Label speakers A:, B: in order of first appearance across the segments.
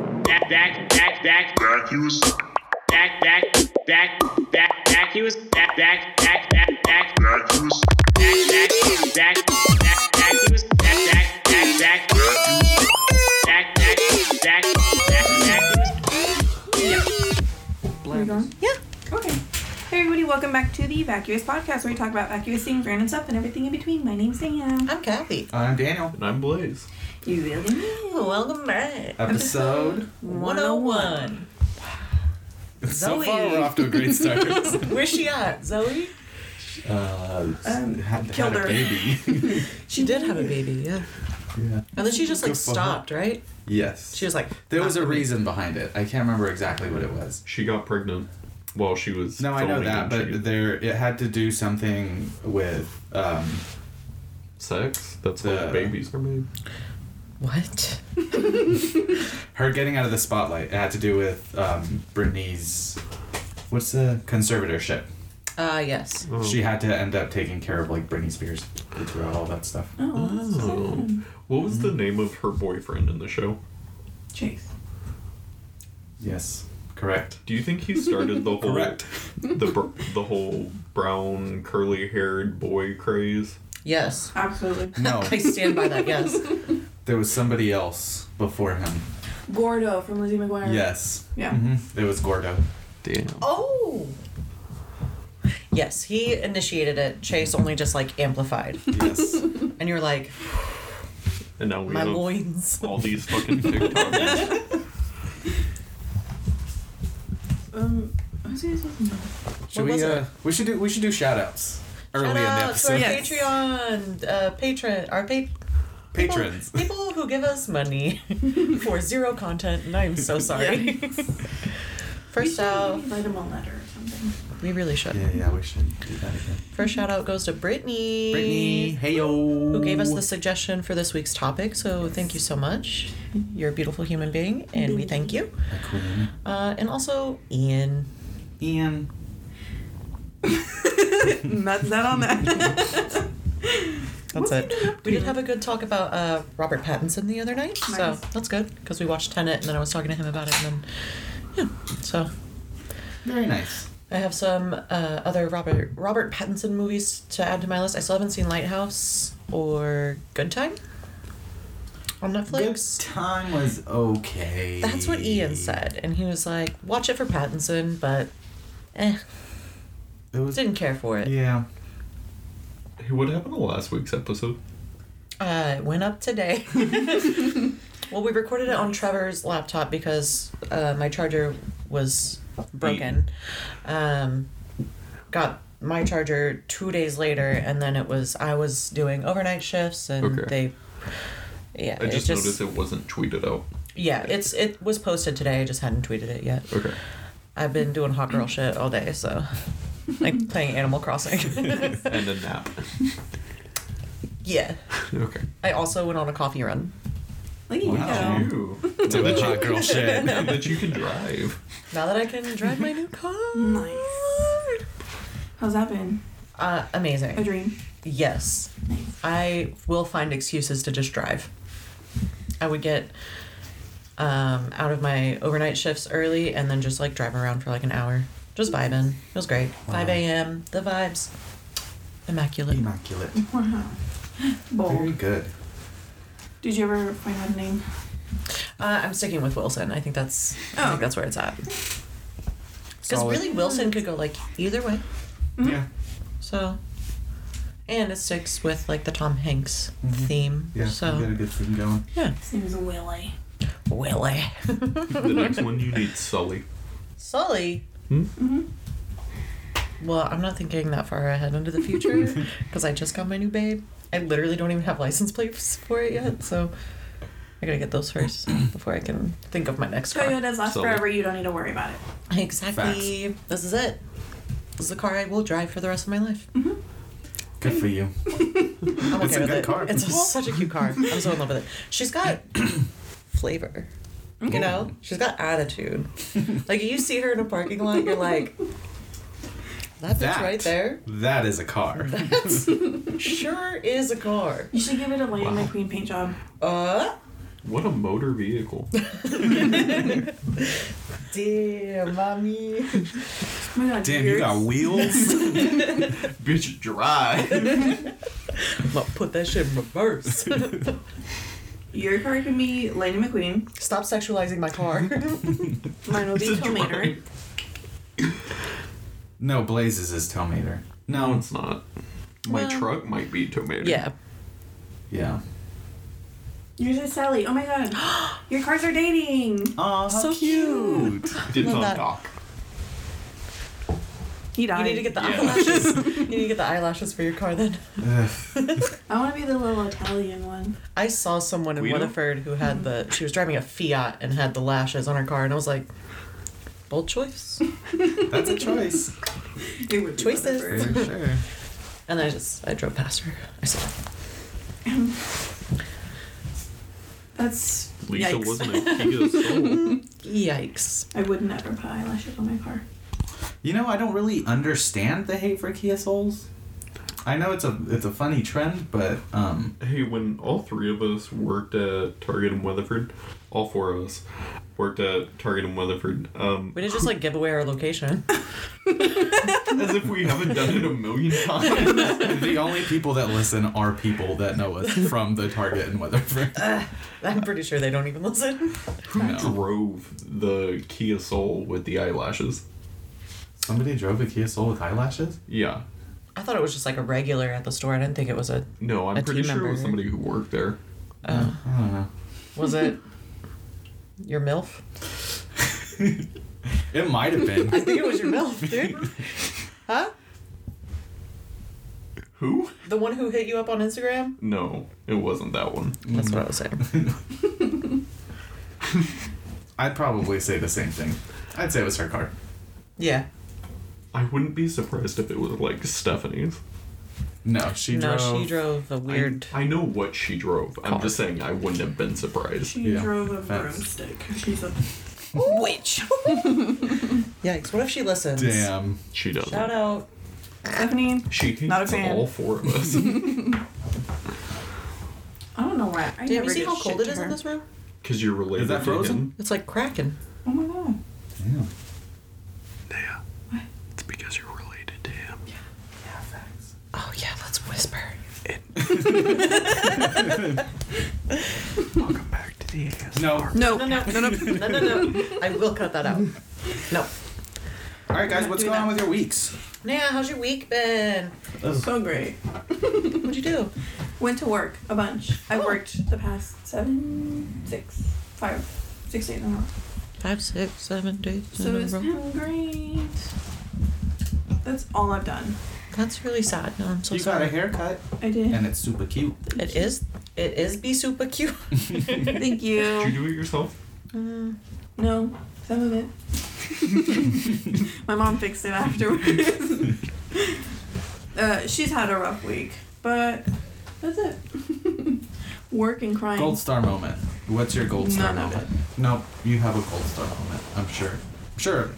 A: back, back, back, back, he was back, back, back, back, back, he was back, back, back, back, back, back, he was back, back, back, back, back, he was back, back, back, back, back, he was back, back, back, back, back, he was
B: Yeah. Okay. Hey everybody, welcome back to the Vacuous Podcast where we talk about vacuous things, random stuff, and everything in between. My name's Sam.
C: I'm Kathy.
D: I'm Daniel.
E: And I'm Blaze.
B: You really me.
C: Welcome back.
D: Uh, Episode.
C: 101.
D: So
C: Zoe.
D: far, we're off to a great start.
C: Where's she at, Zoe?
D: uh,
B: Um,
D: had, had
B: killed
D: a
B: her.
D: baby.
C: She did have a baby, yeah.
D: yeah.
C: And then she just like
D: Good for her.
C: stopped, right?
D: Yes.
C: She was like,
D: there was
C: "Ah."
D: a reason behind it. I can't remember exactly what it was.
E: She got pregnant while she was.
D: No, I know
E: filming
D: that,
E: and she
D: but
E: got
D: there it had to do something with. Um,
E: sex. That's
D: the-
E: how babies are made.
C: What?
D: her getting out of the spotlight. It had to do with um, Britney's. What's the conservatorship?
C: Uh, yes.
E: Oh.
D: She had to end up taking care of like Britney Spears throughout all that stuff.
B: Oh,
E: Oh. What was
D: Mm-hmm.
E: the name of her boyfriend in the show?
B: Chase.
D: Yes, correct.
E: Do you think he started the whole
D: Correct.
E: the br- the whole brown curly haired boy craze?
C: Yes.
B: Absolutely.
D: No,
C: I stand by that, yes.
D: there was somebody else before him.
B: Gordo from Lizzie McGuire.
D: Yes.
B: Yeah.
D: hmm It was Gordo.
E: Damn.
C: Oh! Yes, he initiated it. Chase only just like amplified.
D: Yes.
C: And you're like,
E: And now we
C: my
E: have
C: loins.
E: all these fucking TikToks.
B: Um, I see this one.
D: should
C: What was
D: we?
C: it?
D: Uh, we should do. We should do shout outs early
C: Shout
D: in the
C: out to our
D: episode.
B: Yes.
C: Patreon uh, patron, our pa- people-
D: Patrons.
C: people, who give us money for zero content, and I'm so sorry. First out,
B: Write him a letter or something.
C: we really should.
D: Yeah, yeah, we should do that again.
C: First shout out goes to Brittany,
D: Brittany, hey yo. Who
C: who gave us the suggestion for this week's topic. So thank you so much. You're a beautiful human being, and we thank you.
D: Queen.
C: Uh, and also Ian.
D: Ian.
B: That's that on that.
C: That's it. We did have a good talk about uh, Robert Pattinson the other night, so
B: Nice.
C: that's good because we watched Tenet, and then I was talking to him about it, and then yeah, so.
D: Very nice.
C: I have some uh, other Robert Robert Pattinson movies to add to my list. I still haven't seen Lighthouse or Good Time on Netflix.
D: Good time was okay.
C: That's what Ian said, and he was like, "Watch it for Pattinson," but eh,
D: It was.
C: didn't care for it.
D: Yeah.
E: hey, what happened to last week's episode?
C: Uh, it went up today. well, we recorded it on Trevor's laptop because uh, my charger was broken. Um, got my charger two days later, and then it was I was doing overnight shifts, and
E: Okay.
C: they. Yeah,
E: I just,
C: it just
E: noticed it wasn't tweeted out.
C: yeah, it's it was posted today. I just hadn't tweeted it yet.
E: Okay.
C: I've been doing hot girl shit all day, so like playing Animal Crossing.
E: And a nap.
C: yeah,
E: Okay.
C: I also went on a coffee run.
B: Look at you go.
D: Wow.
E: You.
D: Some
E: Now that
D: hot girl shit.
E: you- now that you can drive.
C: Now that I can drive my new car.
B: Nice. How's that been?
C: Uh,
B: A
C: amazing.
B: dream.
C: Yes. I will find excuses to just drive. I would get um, out of my overnight shifts early and then just like drive around for like an hour. Just vibing. It was great. 5 a.m. The vibes. Immaculate.
D: Immaculate.
B: Wow.
D: Very
B: Bold.
D: good.
B: Did you ever find out a name?
C: Uh, I'm sticking with Wilson. I think that's I
B: Oh.
C: think that's where it's at. Because
D: Solid.
C: really Wilson could go like either way. Hmm?
D: Yeah.
C: So and it sticks with like the Tom Hanks theme.
D: Mm-hmm. Yeah. we got a
C: So
D: good thing going.
C: yeah.
B: His name is Willie.
C: Willie.
E: The next one you need Sully.
C: Sully. Mm-hmm.
E: Hmm?
C: Well, I'm not thinking that far ahead into the future because I just got my new babe. I literally don't even have license plates for it yet, so I gotta get those first before I can think of my next car.
B: Toyotas last
E: So-
B: forever. You don't need to worry about it.
C: Exactly. This is it. This is the car I will drive for the rest of my life.
D: Good for you.
C: I'm okay
D: It's a
C: with
D: good
C: it.
D: car.
C: It's such a cute car. I'm so in love with it. She's got flavor. You know, she's got attitude. Like you see her in a parking lot, you're like, that bitch
D: That.
C: right there.
D: That is a car.
C: sure is a car.
B: You should give it a Lady
E: Wow.
B: McQueen paint job.
C: Uh,
E: What a motor vehicle.
C: Dear mommy.
B: Oh my god,
D: Damn, you
B: yours-
D: got wheels.
E: Bitch, drive.
C: I'm gonna put that shit in reverse.
B: Your card can be Lady McQueen.
C: Stop sexualizing my car.
B: Mine will be
E: It's a
B: Tomater.
E: drive.
D: no, Blazes is Tomater.
E: No,
D: No,
E: it's not. My
C: Well-
E: truck might be tomato.
C: yeah.
D: yeah.
B: Yours is Sally. Oh my god. Your cards are dating.
D: Oh,
C: So cute.
E: It's
C: Love
E: on
C: that.
E: dock.
B: He died.
C: You need to get the
E: Yeah.
C: eyelashes. you need to get the eyelashes for your car then.
B: I want to be the little Italian one.
C: I saw someone in
E: Guido?
C: Winifred who had the she was driving a Fiat and had the lashes on her car and I was like bold choice.
D: That's a choice.
B: It would be
C: Choices.
B: whatever.
D: For sure.
C: And I just I drove past her. I said
B: That's
E: Lisa
B: yikes.
E: wasn't a key to the soul.
C: yikes.
B: I would never put eyelashes on my car.
D: You know, I don't really understand the hate for Kia Souls. I know it's a it's a funny trend, but um,
E: Hey, when all three of us worked at Target in Weatherford, all four of us worked at Target in Weatherford, um,
C: We didn't just like give away our location.
E: as if we haven't done it a million times.
D: the only people that listen are people that know us from the Target in Weatherford.
C: I'm pretty sure they don't even listen.
E: Who drove the Kia Soul with the eyelashes?
D: Somebody drove a Kia Soul with eyelashes.
E: Yeah.
C: I thought it was just like a regular at the store. I didn't think it was a
E: No, I'm
C: A
E: pretty
C: team
E: sure it was
C: member.
E: somebody who worked there.
D: I don't know.
C: was it your MILF?
D: It might have
C: I
D: been.
C: think it was your MILF, dude. Huh?
E: Who?
C: The one who hit you up on Instagram?
E: No, it wasn't that one.
C: That's what I was saying.
D: I'd probably say the same thing. I'd say it was her car.
C: Yeah.
E: I wouldn't be surprised if it was like Stephanie's.
D: No, she
C: no,
D: drove.
C: she drove the
E: I-
C: weird
E: I, know what she drove. I'm just saying I wouldn't have been surprised.
B: She
D: Yeah,
B: drove a
D: facts.
B: broomstick. She's a
C: witch. Yikes! What if she listens?
D: Damn.
E: She doesn't.
C: Shout out.
B: Stephanie.
E: She hates
B: Not a fan.
E: all four of us.
B: I don't know why. I
C: Damn,
B: never
C: you see
B: did
C: how
B: shit
C: cold it
B: to
C: is
B: her.
C: in this room?
E: Because you're related
D: Is that
E: to
D: frozen?
E: him.
C: It's like cracking.
B: Oh my god.
D: Damn.
E: Yeah.
B: What?
E: It's because you're related to him.
C: Oh yeah, let's whisper.
E: Welcome back to the ASMR.
D: No.
B: No.
C: No, no, no, no, no, no, no. I will cut that out. No.
D: All right, guys,
B: Not
D: what's
B: doing
D: going on
B: that.
D: with your weeks?
C: Nah, how's your week been?
B: So great.
C: What'd you do?
B: Went to work a bunch. I
C: Oh.
B: worked the past seven, six, five, six days in a row.
C: Five, six, seven days
B: So it's been great. That's all I've done.
C: That's really sad. No, I'm so
D: you got a
C: sorry.
D: haircut,
B: I did.
D: and it's super cute.
C: It is. It is be super cute.
B: Thank
E: Did you
B: you.
E: do it yourself?
C: Mm.
B: No, some of it. My mom fixed it afterwards. uh, she's had a rough week, but that's it. Work and crying.
D: Gold star moment. What's your gold star
B: None of
D: moment? No, you have a gold star moment. I'm sure. I'm sure. of it.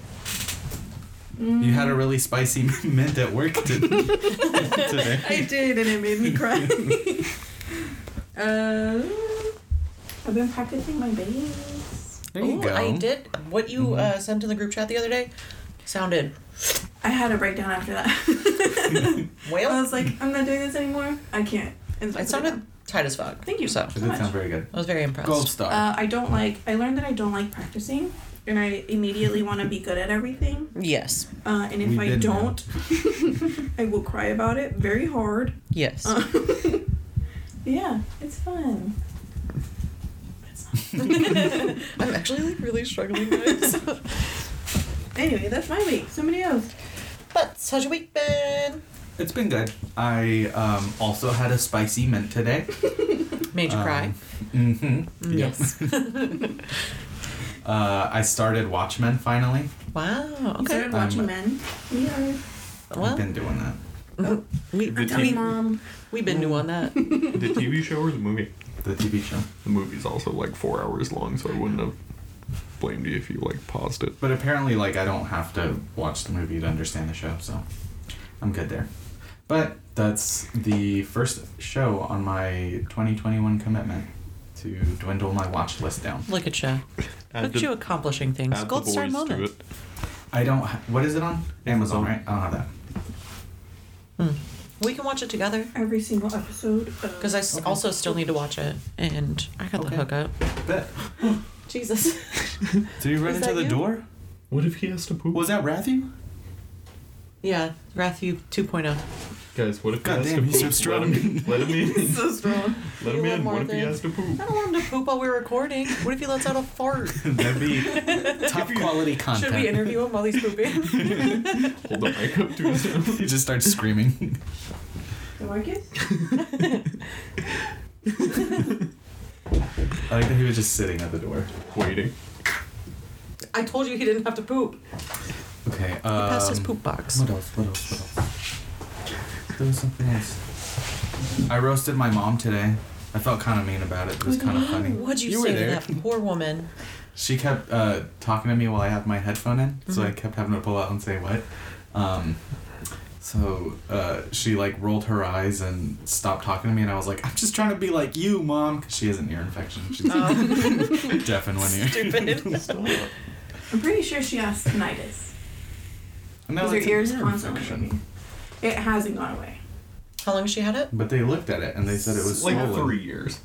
D: You had a really spicy mint at work didn't you? today.
B: I did, and it made me cry. uh, I've been practicing my bass.
D: There you
C: Ooh,
D: go.
C: I did. What you
E: Mm-hmm.
C: uh, sent in the group chat the other day sounded
B: I had a breakdown after that.
C: well.
B: I was like, I'm not doing this anymore. I can't. And so I
C: it
B: put
C: sounded
B: down.
C: tight as fuck.
B: Thank you.
C: So
D: It
B: so
D: did
B: much.
D: sound very good.
C: I was very impressed.
D: Gold star.
B: Uh, I don't like. I learned that I don't like practicing, and I immediately want to be good at everything.
C: Yes.
B: Uh, and if
D: We
B: I
D: did now.
B: don't, I will cry about it very hard.
C: Yes.
B: Uh, yeah, it's fun. It's not-
C: I'm actually like really struggling with this.
B: Anyway, that's my week. Somebody else.
C: but how's your week been?
D: it's been good. I um, also had a spicy mint today.
C: Made you
E: Um,
C: cry? Mm.
D: hmm
C: Yes.
D: Uh, I started Watchmen finally.
C: wow.
B: You
C: Okay.
B: started watching
D: Um,
B: men. We are.
D: I've
C: Well,
D: been doing that.
C: we
E: The
B: Tell me,
E: TV,
B: mom.
C: we've been new on that.
E: the TV show or the movie?
D: The TV show.
E: The movie's also like four hours long, so I wouldn't have blamed you if you like paused it.
D: But apparently, like, I don't have to watch the movie to understand the show, so I'm good there. But that's the first show on my 2021 commitment. to dwindle my watch list down.
C: Look at you.
E: Add
C: Look
E: the-
C: at you accomplishing things.
E: add the
C: Gold star
E: boys to
C: moment.
E: it.
D: I don't. ha- What is it on? Amazon, right? I don't have that.
C: We can watch it together.
B: Every single episode.
C: Because I s- also still need to watch it, and I got
D: Okay.
C: the hookup.
D: Bet.
C: Jesus.
D: Did you run
C: Is
D: into
C: that
D: the
C: you?
D: door?
E: What if he has to poop?
D: Was that Rathu?
C: yeah, Rathu 2.0.
E: Guys, what if
D: God
E: he has
D: damn,
E: to
D: he's so
E: poop?
D: strong.
E: Let him in. Let him in.
B: so strong.
C: You
E: Let him
C: want
E: in.
C: more
E: What if he
C: things?
E: has to poop?
C: I don't want him to poop while we're recording. What if he lets out a fart?
D: That'd be top quality content.
C: Should we interview him while he's pooping?
E: Hold the mic up to his mouth.
D: he just starts screaming.
B: Marcus?
D: I like that he was just sitting at the door.
E: Waiting.
C: I told you he didn't have to poop.
D: Okay.
C: He
D: Um,
C: passed his poop box.
D: What else? What else? What else? There was something else. I roasted my mom today. I felt kind of mean about it. It was kind of funny.
C: What'd you,
D: were
C: say to
D: there.
C: that poor woman?
D: She kept uh, talking to me while I had my headphone in, so I kept having to pull out and say what. Um, so uh, she like rolled her eyes and stopped talking to me, and I was like, "I'm just trying to be like you, mom," because she has an ear infection. She's deaf in one ear.
C: Stupid.
B: I'm pretty sure she has tinnitus. Because
D: No,
B: her
D: it's an
B: ears
D: ear
B: constantly.
D: infection.
B: ringing. It hasn't gone away.
C: How long has she had it?
D: But they looked at it and they said it was
E: like
D: swollen.
E: three years.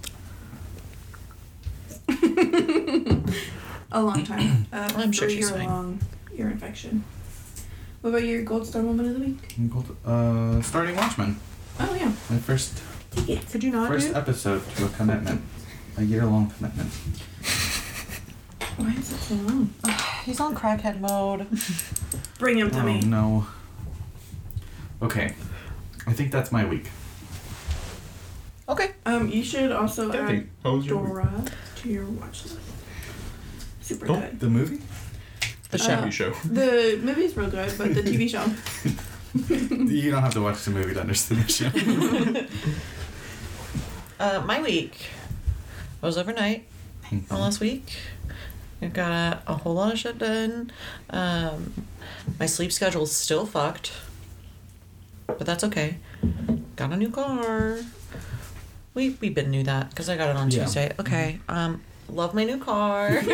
B: A long time. Uh,
C: I'm sure she's
B: three-year
C: fine.
B: long ear infection. What about your gold star moment of the week?
D: Uh, starting Watchmen,
B: Oh yeah,
D: my first
B: take it.
C: Could you not
D: first
C: do?
D: episode to a commitment, a year long commitment.
B: Why is it so long?
C: He's on crackhead mode.
B: Bring him to
D: oh
B: me.
D: no. Okay, I think that's my week.
C: Okay.
B: Um, you should also add
E: Debbie, how was your week?
B: Dora to your watch list. Super
E: Oh.
B: good.
D: The movie?
C: The show.
E: Shabby show.
B: The movie's real good, but the TV show.
D: You don't have to watch the movie to understand the show.
C: Uh, my week was overnight. on last week. I got a whole lot of shit done. Um, my sleep schedule's still fucked, but that's okay. Got a new car. We we been knew that because I got it on
D: Yeah.
C: Tuesday. Okay. Um, love my new car.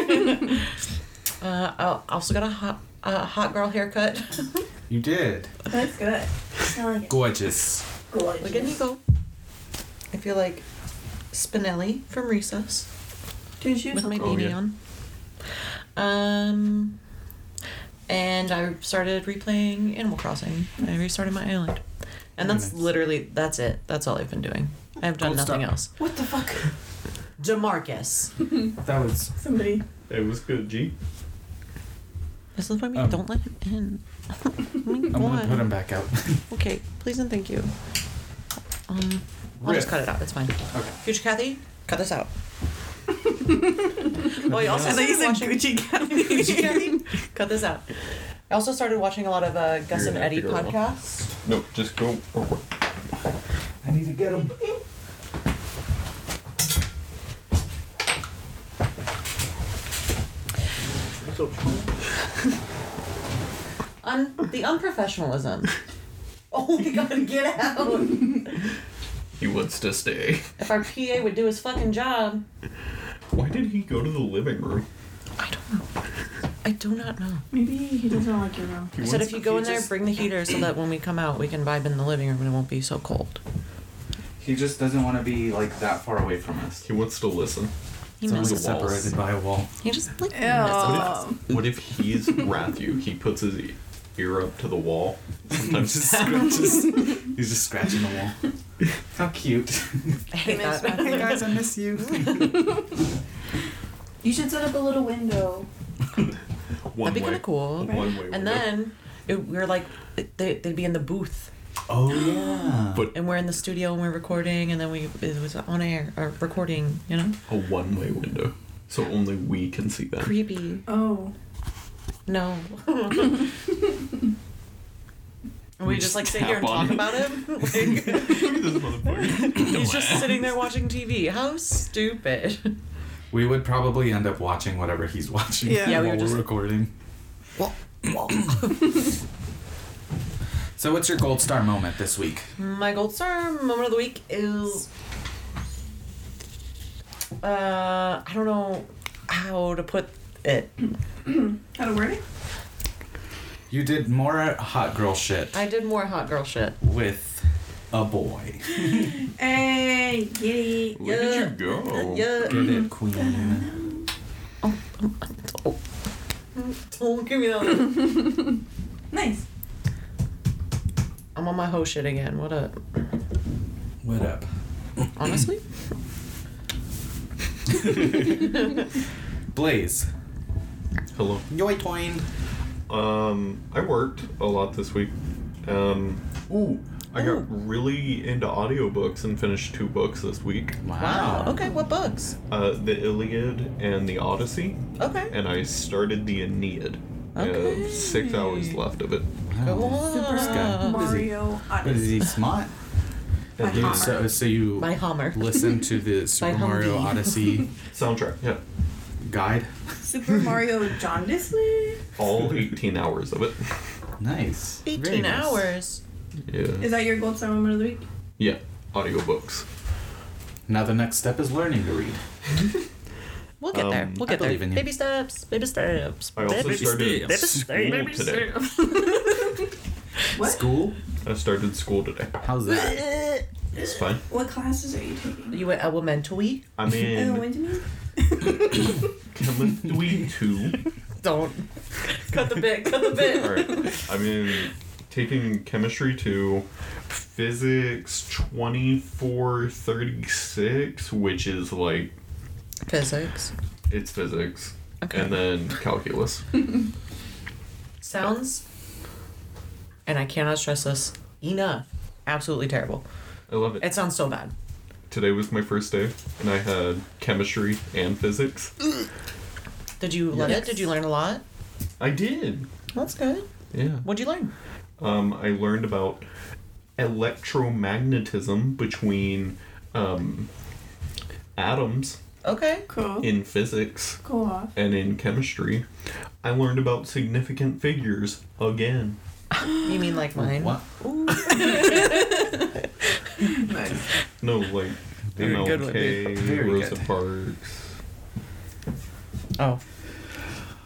C: uh, I also got a hot a hot girl haircut.
D: You did.
B: That's good. I like it.
D: Gorgeous.
C: Look at me go. I feel like Spinelli from Recess.
B: Dude, she was
C: with my
E: Oh,
C: beanie
E: yeah.
C: on. Um, and I started replaying Animal Crossing. I restarted my island, and
D: Very
C: that's
D: nice.
C: literally that's it. That's all I've been doing. I've done
D: Gold
C: nothing
D: star.
C: else.
B: What the fuck?
C: Demarcus,
D: That was.
B: Somebody.
E: It was good, G.
C: this is why we
D: Um,
C: don't let him in. Oh I mean,
D: I'm gonna
C: why?
D: put him back out.
C: Okay, please and thank you. Um, I'll
D: Riff.
C: just cut it out. It's fine.
D: Okay.
C: Future Kathy, cut this out. well, you also
D: I
C: started watching-
B: Gucci
C: Gucci Gang. Cut this out. I also started watching a lot of uh, Gus and
E: You're gonna have
C: Eddie
E: to go.
C: podcasts.
E: No, just go. Oh,
D: I need to get him.
C: Un- the unprofessionalism. oh my god, get out!
E: He wants to stay.
C: If our PA would do his fucking job.
E: Why did he go to the living room?
C: I don't know. I do not know.
B: Maybe he doesn't like your room.
E: He
C: I said if
E: wants-
C: you go
E: he
C: in there,
E: just-
C: bring the heater so that when we come out, we can vibe in the living room and it won't be so cold.
D: He just doesn't want to be like that far away from us.
E: He wants to listen.
C: He
D: It's only
C: misses
E: walls.
D: separated by a wall.
C: He just like misses us.
B: Ew.
E: What if he's Rathu? He puts his e- ear up to the wall. Sometimes
D: Just scratches. He's just scratching the wall. How cute.
C: I hate
B: He misses
C: that.
B: us.
D: hey guys, I miss you.
B: You should set up a little window.
C: That'd
E: one
C: be
E: way.
C: kind of cool.
E: One way.
C: And
E: window.
C: then it, we're like, they, they'd be in the booth.
D: Oh yeah.
E: But
C: and we're in the studio and we're recording and then we it was on air or recording you know
E: a one way window. So only we can see them.
C: creepy
B: Oh.
C: no And we just like sit here and
E: Tap on
C: talk
E: it.
C: about him like,
E: Look at this motherfucker.
C: he's just sitting there watching tv how stupid
D: we would probably end up watching whatever he's watching
B: Yeah.
C: Yeah, we
D: while we
C: were just-
D: are recording. So what's your gold star moment this week?
C: my gold star moment of the week is uh, I don't know how to put it.
B: How to word it?
D: You did more hot girl shit
C: I did more hot girl shit.
D: with a boy.
B: Hey, giddy.
E: Look
C: Yeah.
E: at you go.
C: Yeah.
D: Get it, queen.
C: Oh, give me that. one.
B: Nice.
C: I'm on my hoe shit again. What up?
D: What up?
C: Honestly?
D: Blaze.
E: Hello.
D: Yoy toin.
E: Um, I worked a lot this week. Um, ooh, I
C: Ooh.
B: Oh.
E: got really into audiobooks and finished two books this week.
C: Wow. Okay, what books?
E: Uh, the Iliad and the Odyssey,
C: Okay.
E: and I started the Aeneid. I have
C: Okay.
E: six hours left of it.
C: Go
D: Wow.
C: on.
D: guy.
B: Mario
D: What is
B: Odyssey.
D: he smart?
B: My
E: And the
B: Hummer.
D: So, so you
C: My Hummer.
D: listen to the Super Mario
C: Humvee.
D: Odyssey
E: soundtrack, yeah,
D: guide.
B: Super Mario John Disney.
E: all 18 hours of it.
D: Nice. Very
C: 18
D: nice.
C: hours.
E: Yeah,
B: Is that your gold star moment of the week?
E: yeah, audiobooks.
D: Now the next step is learning to read.
C: We'll get there.
E: Um,
C: We'll get there.
D: believe in you.
C: Baby steps. Baby steps.
E: I also
C: baby
E: started
C: steps.
E: school today.
B: What?
D: School?
E: I started school today.
D: How's that?
E: It's fine.
B: What classes are you taking?
C: You went elementary?
E: I'm
B: Oh,
E: in
B: when do you mean?
E: chemistry two.
C: Don't. Cut the bit. Cut the bit.
E: All right. I mean, taking chemistry two, physics 2436, which is like,
C: Physics.
E: it's physics.
C: Okay.
E: And then calculus.
C: Sounds, and I cannot stress this enough, absolutely terrible.
E: I love it.
C: It sounds so bad.
E: Today was my first day, and I had chemistry and physics.
C: Did you love it? Did you learn a lot?
E: I did.
C: That's good.
E: Yeah.
C: What'd you learn?
E: Um, I learned about electromagnetism between um, atoms
C: Okay.
B: Cool.
E: in physics
B: Cool off.
E: and in chemistry. I learned about significant figures again.
C: You mean like mine?
D: What?
B: Nice.
E: No, like
D: Very good one,
E: MLK,
D: dude. Very
E: Rosa
D: good.
E: Parks.
C: Oh.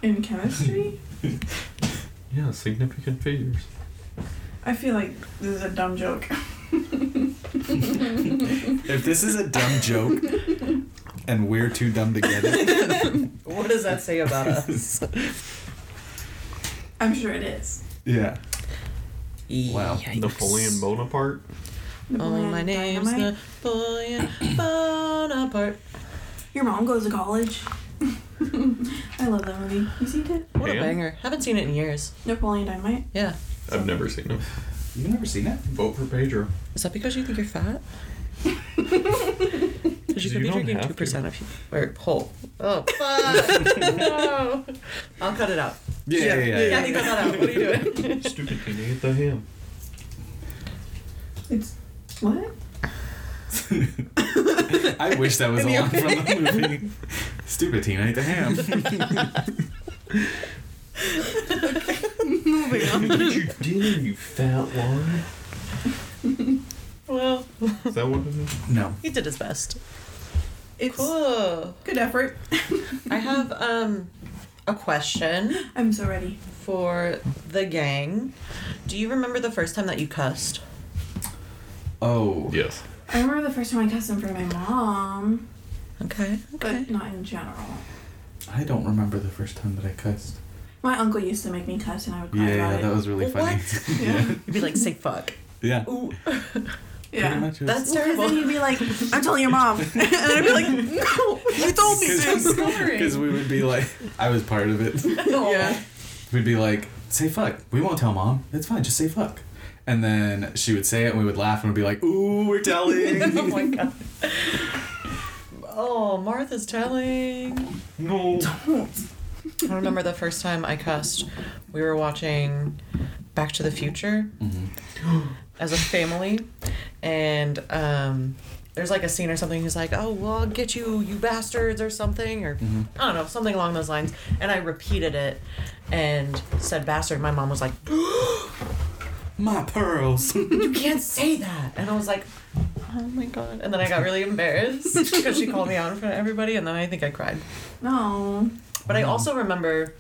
B: In chemistry?
E: Yeah, significant figures.
B: I feel like this is a dumb joke.
D: If this is a dumb joke and we're too dumb to get it,
C: What does that say about us?
B: I'm sure it is.
D: yeah.
C: wow.
E: Napoleon Bonaparte.
C: E, Oh, my
B: Napoleon
C: name's
B: Dynamite.
C: Napoleon Bonaparte.
B: Your mom goes to college. I love that movie. You seen it?
C: What a
E: Ham?
C: banger. Haven't seen it in years.
B: Napoleon Dynamite.
C: Yeah.
E: I've never seen him.
D: You've never seen it?
E: Vote for Pedro.
C: Is that because you think you're fat? Because you
E: You
C: could be
E: don't
C: drinking
E: have
C: two
E: to.
C: percent of or whole. Oh fuck! no, I'll cut it out.
D: Yeah, yeah, yeah.
C: Yeah, you cut that out. What are you doing?
E: Stupid can you eat the ham?
B: It's what?
D: I wish that was a line from the movie. Stupid teen ate the ham.
E: what did you do, you fat lion?
C: Well,
E: Is that what it is?
D: No.
C: he did his best.
B: It's
C: Cool.
B: good effort.
C: I have um a question
B: I'm so ready.
C: for the gang. Do you remember the first time that you cussed?
D: Oh.
E: Yes.
B: I remember the first time I cussed in front of my mom,
C: Okay. Okay.
B: but not in general.
D: I don't remember the first time that I cussed.
B: My uncle used to make me cuss, and I would cry
D: Yeah,
B: about
D: yeah,
B: it.
D: that was really funny.
C: What?
D: yeah.
C: You'd be like, say fuck.
D: Yeah.
C: Ooh.
D: Pretty
B: yeah.
D: much it was-
C: That's
B: Because
C: terrible.
B: then you'd be like, "I'm telling your mom," and I'd be like, "No, you told me
D: Cause-
B: to."
D: Because we would be like, I was part of it.
B: Yeah.
C: Oh
D: We'd be like, say fuck. We won't tell mom. It's fine. Just say fuck. And then she would say it, and we would laugh, and we'd be like, ooh, we're
C: oh
D: telling.
C: my god. Oh, Martha's telling.
E: No.
C: I remember the first time I cussed. We were watching Back to the Future as a family, and um, there's like a scene or something. He's like, "Oh, well, I'll get you, you bastards," or something, or I don't know, something along those lines. And I repeated it and said "bastard." My mom was like,
D: my pearls.
C: "You can't say that," and I was like, oh my god. And then I got really embarrassed because she called me out in front of everybody, and then I think I cried.
B: No.
C: But I also remember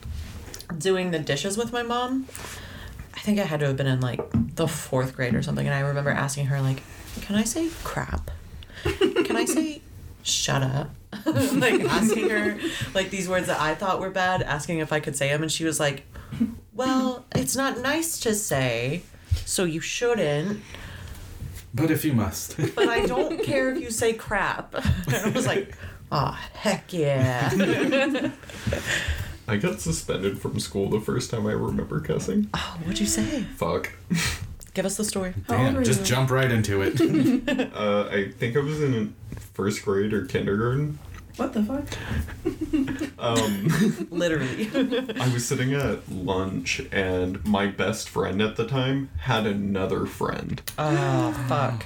C: doing the dishes with my mom. I think I had to have been in like the fourth grade or something, and I remember asking her like, "Can I say crap? Can I say shut up?" like asking her like these words that I thought were bad, asking if I could say them, and she was like, "Well, it's not nice to say, so you shouldn't."
D: But if you must.
C: But I don't care if you say crap. and I was like, "Ah, heck yeah!"
E: I got suspended from school the first time I remember cussing.
C: oh, what'd you say?
E: Fuck.
C: Give us the story.
B: How old
D: Damn,
B: were
D: just
B: you?
D: jump right into it.
E: Uh, I think I was in first grade or kindergarten.
B: What the fuck?
E: Um,
C: Literally.
E: I was sitting at lunch, and my best friend at the time had another friend.
C: Oh, fuck.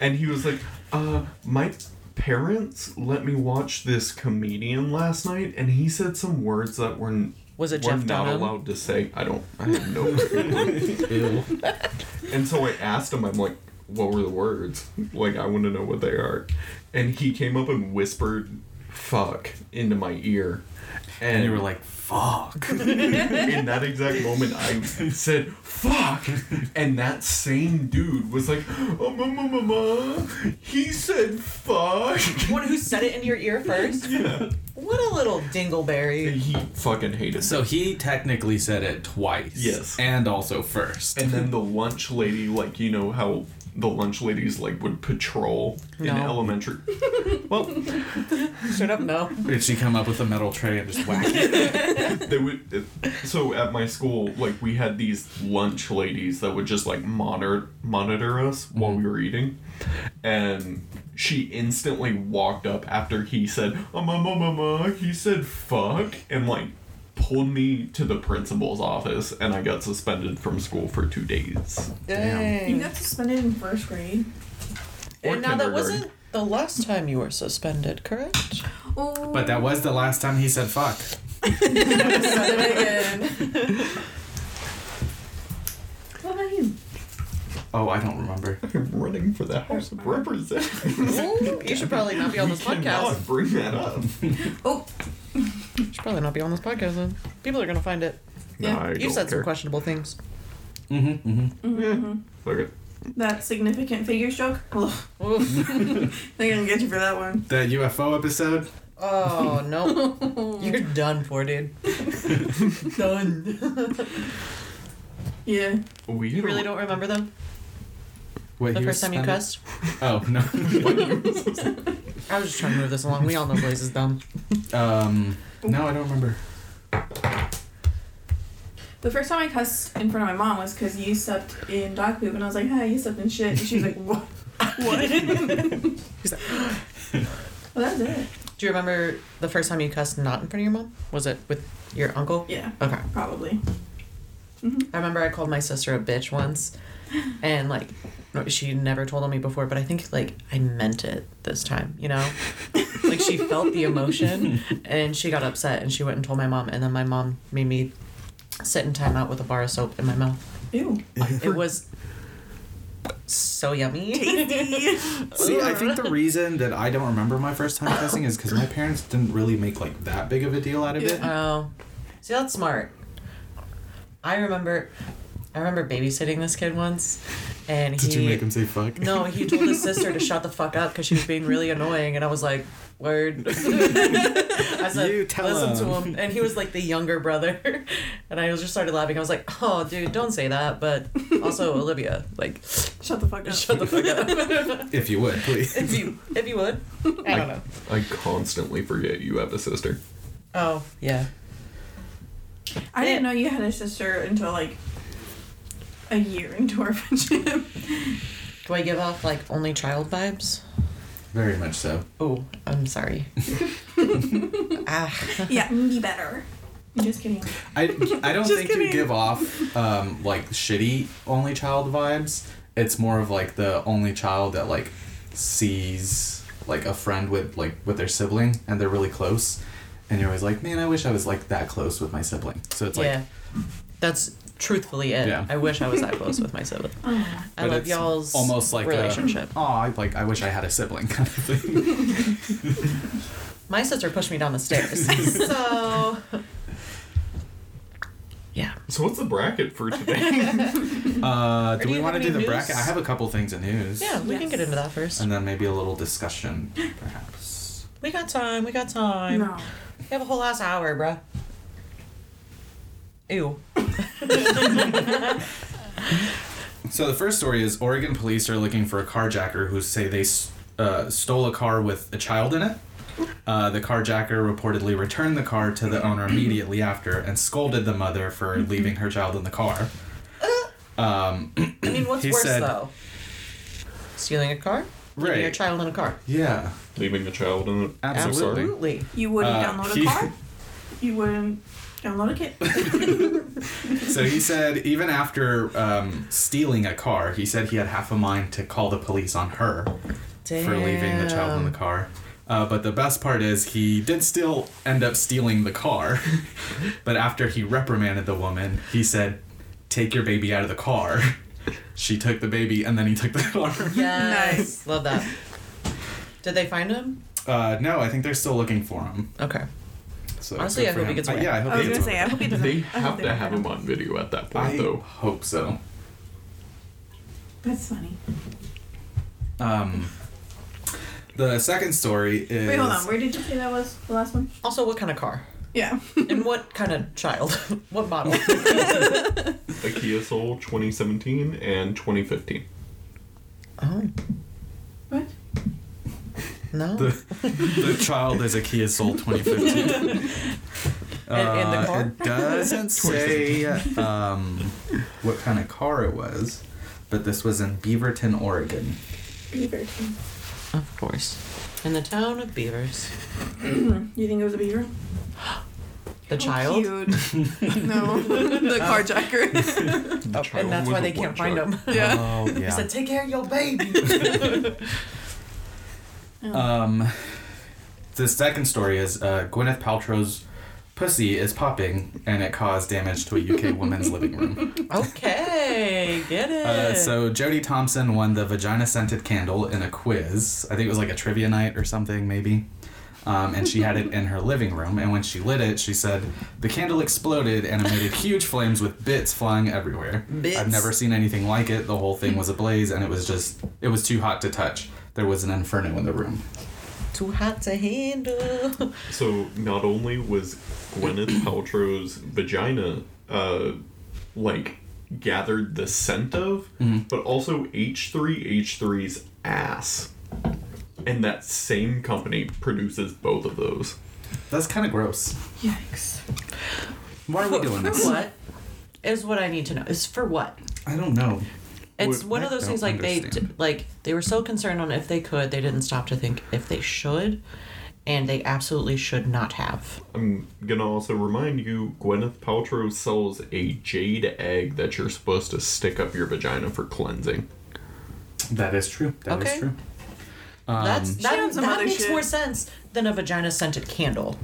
E: and he was like, uh, my parents let me watch this comedian last night, and he said some words that were, n-
C: Was it
E: were
C: Jeff
E: not
C: Dunham?
E: allowed to say. I don't, I have no clue.
D: Ew.
E: and so I asked him, I'm like, what were the words? Like, I want to know what they are. And he came up and whispered, fuck, into my ear.
D: And you were like, fuck.
E: in that exact moment, I said, fuck. And that same dude was like, oh, ma, ma, ma, ma. He said, fuck.
C: One who said it in your ear first? What a little dingleberry.
E: He fucking hated
D: So he technically said it twice.
E: Yes.
D: And also first.
E: And then the lunch lady, like, you know how the lunch ladies, like, would patrol in
C: No.
E: elementary. Well,
C: Shut up, no.
D: Did she come up with a metal tray and just whack it?
E: they would. it- So at my school, like, we had these lunch ladies that would just, like, monitor, monitor us while we were eating. And she instantly walked up after he said, um, um, um, um, uh," he said fuck, and, like, pulled me to the principal's office, and I got suspended from school for two days.
B: You
C: Dang.
B: got suspended in first grade.
E: Or
C: And now that
E: kindergarten.
C: wasn't the last time you were suspended, correct?
B: Oh.
D: But that was the last time he said fuck.
B: said it again. what about you?
D: Oh, I don't remember.
E: I'm running for the House of Representatives.
C: you should probably not be on
E: We
C: this podcast.
E: cannot bring that up.
B: Oh,
C: You should probably not be on this podcast. Then. People are going to find it.
B: Yeah,
E: I
C: You've
E: don't
C: said some
E: care.
C: questionable things.
D: Mm-hmm, mm-hmm.
E: Fuck it.
B: that significant figure joke. Ugh,
C: Oh,
B: They're gonna get you for that one.
D: That UFO episode?
C: oh, no. You're done for, dude. done.
B: Yeah.
E: We
C: You really don't remember them?
D: What,
C: The
D: he was
C: first time you
D: suspended?
C: cussed?
D: Oh, no.
C: I was just trying to move this along. We all know Blaze is dumb.
D: um, no, I don't remember.
B: The first time I cussed in front of my mom was because you stepped in dog poop, and I was like, "Hey, you stepped in shit," and she was like, "What? What?"
C: She's like,
B: well, that's it.
C: Do you remember the first time you cussed not in front of your mom? Was it with your uncle?
B: Yeah,
C: Okay.
B: probably.
C: I remember I called my sister a bitch once, and like, no, she never told on me before, but I think like I meant it this time, you know? like she felt the emotion and she got upset and she went and told my mom, and then my mom made me sit in timeout with a bar of soap in my mouth.
B: Ew.
C: It was so yummy.
D: See, I think the reason that I don't remember my first time cussing is because my parents didn't really make like that big of a deal out of it.
C: Oh, see, that's smart. I remember, I remember babysitting this kid once, and
D: Did
C: he
D: you make him say fuck?
C: no, he told his sister to shut the fuck up because she was being really annoying, and I was like, word. I said,
D: You tell
C: listen to
D: him."
C: him, and he was like the younger brother, and I was just started laughing. I was like, oh, dude, don't say that, but also Olivia, like,
B: Shut the fuck up.
C: shut the fuck up
D: If you would, please.
C: if you if you would. I don't know.
E: I constantly forget you have a sister.
C: Oh yeah.
B: I didn't know you had a sister until like a year into our friendship.
C: Do I give off like only child vibes?
D: Very much so.
C: Oh, I'm sorry. ah.
B: yeah, me better. I'm just kidding.
D: I, I don't
B: Just
D: think
B: kidding.
D: you give off um, like shitty only child vibes. It's more of like the only child that like sees like a friend with like with their sibling and they're really close, and you're always like, man, I wish I was like that close with my sibling. So it's like
C: yeah. That's truthfully it.
D: Yeah.
C: I wish I was that close with my sibling.
B: Oh.
C: I
D: But
C: love
D: it's
C: y'all's
D: almost like
C: relationship.
D: Oh, I like I wish I had a sibling kind of thing.
C: My sister pushed me down the stairs, so yeah.
E: So what's the bracket for today?
D: Uh,
C: do
D: do we
C: you
D: want
C: have
D: to do
C: any
D: the
C: news?
D: bracket? I have a couple things in news.
C: Yeah, we can
B: Yes.
C: get into that first.
D: And then maybe a little discussion, perhaps.
C: We got time. We got time.
B: No.
C: We have a whole last hour, bruh. Ew.
D: So the first story is Oregon police are looking for a carjacker who say they uh, stole a car with a child in it. Uh, the carjacker reportedly returned the car to the owner immediately after and scolded the mother for leaving her child in the car. Um,
C: I mean, what's
D: He
C: worse
D: said-
C: though? Stealing a car? Leaving Your
D: Right.
C: child in a car.
D: yeah,
E: Leaving the child in it.
D: absolutely.
C: Absolutely.
B: You wouldn't
D: Uh,
B: download a
D: he-
B: car? You wouldn't download a kit?
D: So he said, even after um, stealing a car, he said he had half a mind to call the police on her
C: Damn.
D: for leaving the child in the car. Uh, but the best part is he did still end up stealing the car. but after he reprimanded the woman, he said, "Take your baby out of the car." she took the baby, and then he took the car.
C: Yes.
B: Nice.
C: Love that. Did they find him?
D: Uh, no, I think they're still looking for him.
C: Okay.
D: So
C: Honestly,
D: good
C: I
D: for
C: hope he
D: him.
C: gets
D: Uh,
C: away.
D: yeah, I hope
B: I was
D: he
B: gonna
D: gets
B: say,
D: away.
B: I hope he doesn't.
E: They
B: I hope
E: have
B: they
E: to
B: don't
E: have him on video at that point,
D: I
E: though.
D: hope so.
B: That's funny.
D: Um, the second story is.
B: Wait, hold on. Where did you say that was? The last one?
C: Also, what kind of car?
B: Yeah.
C: And what kind of child? what model?
E: A Kia Soul 2017 and 2015.
C: oh,
B: what?
C: no.
D: The, the child is a Kia Soul 2015.
C: And- and the
D: Uh,
C: car?
D: It doesn't say um, what kind of car it was, but this was in Beaverton, Oregon.
B: Beaver.
C: of course. In the town of Beavers.
B: You think it was a beaver?
C: The
B: Oh,
C: child?
B: Cute. no, the carjacker.
E: The
C: Oh, and that's
E: was
C: why
E: a
C: they can't
E: one-shot.
C: find him.
B: yeah.
D: Oh,
C: He said, take care of your baby.
D: Um, the second story is uh, Gwyneth Paltrow's pussy is popping, and it caused damage to a UK woman's living room.
C: okay, get it.
D: Uh, so Jodie Thompson won the vagina scented candle in a quiz. I think it was like a trivia night or something, maybe. Um, and she had it in her living room. And when she lit it, she said, "The candle exploded and emitted huge flames with bits flying everywhere.
C: Bits.
D: I've never seen anything like it. The whole thing was ablaze, and it was just it was too hot to touch. There was an inferno in the room.
C: Too hot to handle.
E: So not only was Gwyneth Paltrow's vagina, uh, like gathered the scent of, but also H3H3's ass. And that same company produces both of those.
D: That's kind of gross.
B: Yikes.
D: Why are we doing
C: for
D: this?
C: what? Is what I need to know. Is for what?
D: I don't know.
C: It's
D: What-
C: one
D: I
C: of those
D: don't
C: things like they
D: understand.
C: d- like they were so concerned on if they could, they didn't stop to think if they should, and they absolutely should not have.
E: I'm gonna also remind you Gwyneth Paltrow sells a jade egg that you're supposed to stick up your vagina for cleansing.
D: That is true. That is
C: Okay.
D: true. Um,
C: That's that,
B: done some
C: that
B: other
C: makes
B: shit.
C: more sense than a vagina scented candle.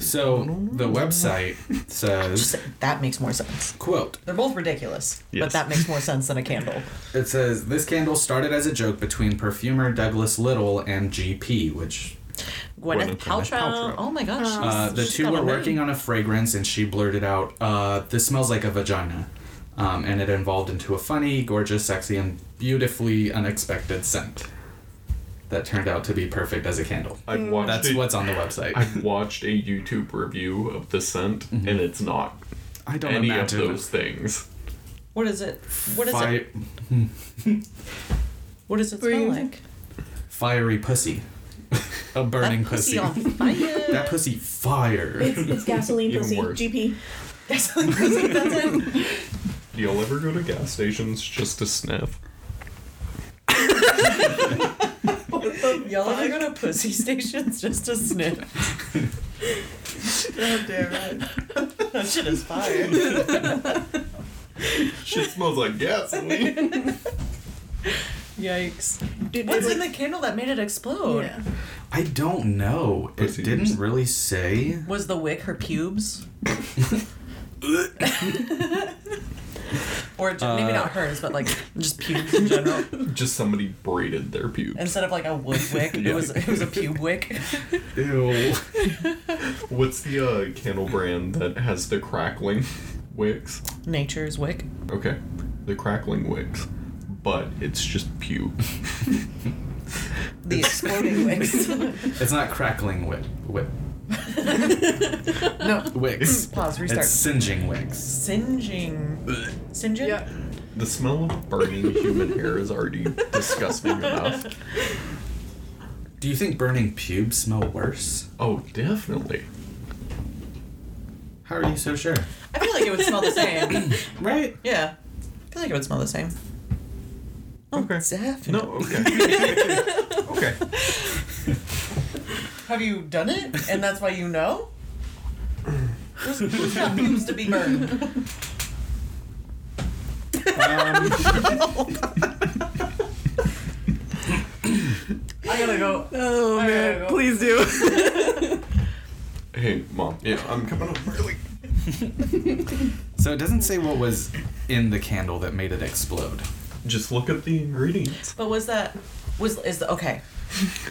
D: So the website
C: Just
D: says,
C: say, that makes more sense.
D: "Quote."
C: They're both ridiculous, but
E: Yes.
C: that makes more sense than a candle.
D: It says this candle started as a joke between perfumer Douglas Little and GP, which
C: Gwyneth
E: Gwyneth Paltrow.
C: Paltrow. Oh my gosh. she's-
D: uh, the
C: she's
D: two
C: got
D: were
C: a
D: working
C: name.
D: on a fragrance, and she blurted out, uh, "This smells like a vagina," um, and it evolved into a funny, gorgeous, sexy, and beautifully unexpected scent that turned out to be perfect as a candle.
E: I've watched
D: That's
E: it-
D: what's on the website.
E: I've watched a YouTube review of the scent, and it's not
D: I Mm-hmm. don't
E: any of
D: imagine
E: those things.
C: What is it? What is it?
D: fi-
C: What does it
B: Were
C: smell
B: you-
C: like?
D: fiery pussy, a burning
C: That pussy
D: pussy.
C: on fire.
D: that pussy fire.
B: It's, it's gasoline
E: Even
B: pussy.
E: worse.
B: GP.
C: Gasoline pussy, that's it.
E: Do y'all ever go to gas stations just to sniff?
C: Y'all ever go to pussy stations just to sniff?
B: Oh, damn it.
C: That shit is fire.
E: Shit smells like gasoline.
C: Yikes.
B: Dude,
C: What's
B: it's
C: in the
B: like-
C: candle that made it explode?
B: Oh, Yeah.
D: I don't know. It
E: Pussy juice.
D: didn't really say.
C: Was the wick her pubes? Or ju- maybe not hers, but like just pubes in general.
E: Just somebody braided their pubes
C: Instead of like a wood wick, it was it was a pube wick.
D: Ew.
E: What's the uh, candle brand that has the crackling wicks?
C: Nature's wick.
E: Okay, the crackling wicks, but it's just pube.
C: The exploding wicks.
D: It's not crackling wick. Wick.
C: no. Mm,
D: Wicks.
C: Pause, restart.
D: It's singeing wicks.
C: Singeing. Singeing?
B: Yeah.
E: The smell of burning human hair is already disgusting enough.
D: Do you think burning pubes smell worse?
E: Oh, definitely.
D: How are you so sure?
C: I feel like it would smell the same.
D: Right?
C: yeah. I feel like it would smell the same. Oh,
E: Okay.
C: Definitely.
E: No, okay. okay.
C: Have you done it? And that's why you know? There's, there's not pubes to be burned.
D: Um,
C: I gotta go.
B: Oh
C: man, go.
B: please do.
E: Hey, mom. Yeah, I'm coming up early.
D: so it doesn't say what was in the candle that made it explode.
E: Just look up the ingredients.
C: But was that was is the okay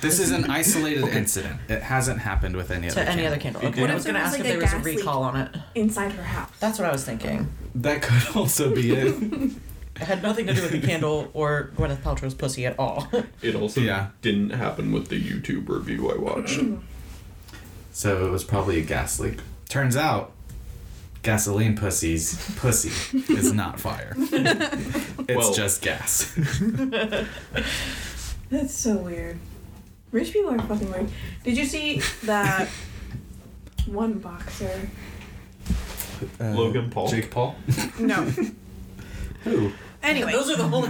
D: This is an isolated incident. It hasn't happened with any
C: to
D: other
C: any
D: candle.
C: other candle?
E: It
C: Okay. What I
E: did.
C: was gonna
B: What
C: ask
B: if
C: if
B: there
C: there was
B: was,
C: a
B: like, a gas
C: recall on it.
B: Inside her house.
C: That's what I was thinking.
D: That could also be it.
C: It had nothing to do with the candle or Gwyneth Paltrow's pussy at all.
E: It also
D: Yeah.
E: didn't happen with the YouTube review I watched.
D: so it was probably a gas leak. Turns out, gasoline pussy's pussy is not fire. it's
E: Well-
D: just gas.
B: That's so weird. Rich people are fucking weird. Did you see that one boxer?
D: Uh,
E: Logan Paul?
D: Jake Paul.
B: No.
D: Who?
B: Anyway,
C: Those are the only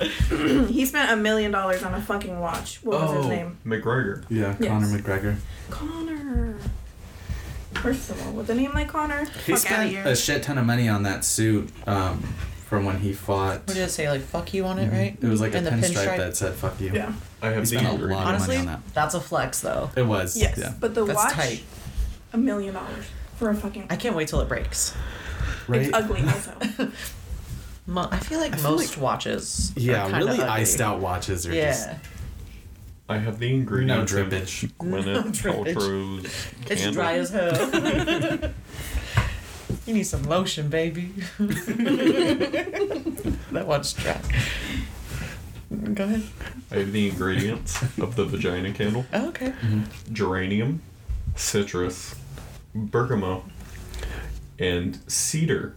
C: ones.
B: he spent a million dollars on a fucking watch. What was his name?
E: McGregor.
D: Yeah,
B: Yes.
D: Conor McGregor.
B: Connor. First of all, with a name like Connor,
D: He
B: fuck out of
D: spent
B: here.
D: a shit ton of money on that suit um, from when he fought.
C: What did it say? Like fuck you on it, right?
D: Mm-hmm. It was like
C: And
D: a
C: the
D: pinstripe,
C: pinstripe.
D: that said "fuck you."
B: yeah.
E: I have
D: He
E: the
D: spent a lot of
E: ingredients.
D: money
C: Honestly,
D: on that.
C: that's a flex though.
D: It was.
B: Yes,
D: Yeah.
B: but the
C: That's
B: watch,
C: tight.
B: a million dollars for a fucking.
C: I can't wait till it breaks.
D: Right.
B: It's ugly also.
C: Mo- I feel like
D: feel
C: most
D: like-
C: watches. are
D: yeah,
C: kinda
D: really
C: ugly.
D: iced out watches are
C: Yeah,
D: just
E: I have the ingredients.
D: No
E: of
D: drippage.
E: Gwyneth
C: drippage.
E: Paltrow's
C: it's
E: candle.
C: dry as hell. you need some lotion, baby. that watch dry. Go ahead.
E: I have the ingredients of the vagina candle.
C: Oh, okay.
D: Mm-hmm.
E: geranium, citrus, bergamot, and cedar.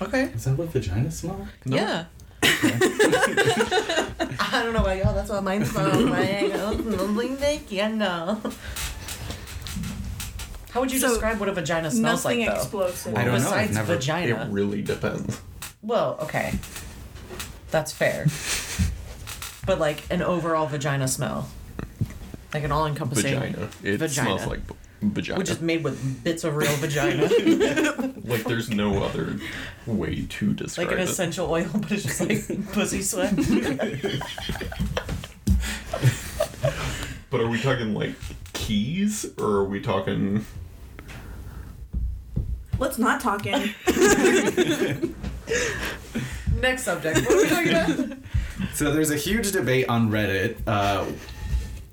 C: Okay.
D: Is that what vagina smell?
E: No.
C: Yeah. I don't know about y'all. That's what mine smells like. Something candle. How would you
B: So,
C: describe what a vagina smells
B: Nothing
C: like, though?
B: explosive.
D: I don't know. I've
C: Besides
D: never.
C: vagina.
E: It really depends.
C: Well, okay. That's fair. but like an overall vagina smell. Like an all encompassing
E: Vagina. It
C: Vagina.
E: smells like b- vagina.
C: Which is made with bits of real vagina.
E: like there's no other way to describe
C: like an
E: it.
C: essential oil, but it's just like pussy sweat.
E: But are we talking like keys or are we talking
B: Let's not talk in.
C: Next subject. What are we talking about?
D: So there's a huge debate on Reddit uh,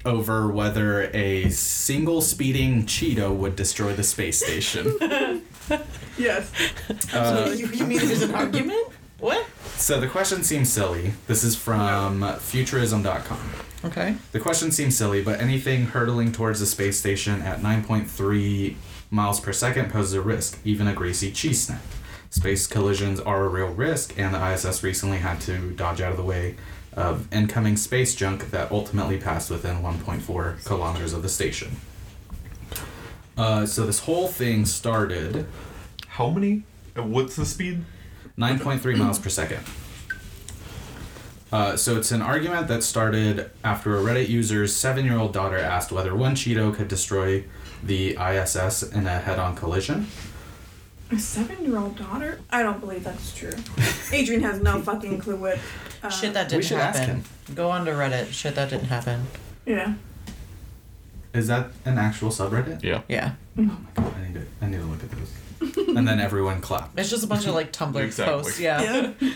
D: over whether a single speeding Cheeto would destroy the space station.
B: yes.
D: Uh,
C: you, you mean there's an argument? What?
D: so the question seems silly. This is from Futurism.com.
C: Okay.
D: The question seems silly, but anything hurtling towards the space station at 9.3 miles per second poses a risk, even a greasy cheese snack. Space collisions are a real risk, and the ISS recently had to dodge out of the way of incoming space junk that ultimately passed within 1.4 kilometers of the station. Uh, so this whole thing started
E: how many? uh, What's the speed?
D: 9.3 miles per second. Uh, so it's an argument that started after a Reddit user's seven-year-old daughter asked whether one Cheeto could destroy the ISS in a head-on collision.
B: A seven-year-old daughter? I don't believe that's true. Adrian has no fucking clue what. Uh,
C: Shit, that
D: we
C: didn't
D: should ask
C: happen. Go on to Reddit. Shit, that didn't happen.
B: Yeah.
D: Is that an actual subreddit?
E: Yeah.
C: Yeah.
D: Oh my god, I need to, I need to look at this. and then everyone clapped.
C: It's just a bunch of like Tumblr
E: Exactly.
C: posts. Yeah.
B: Yeah.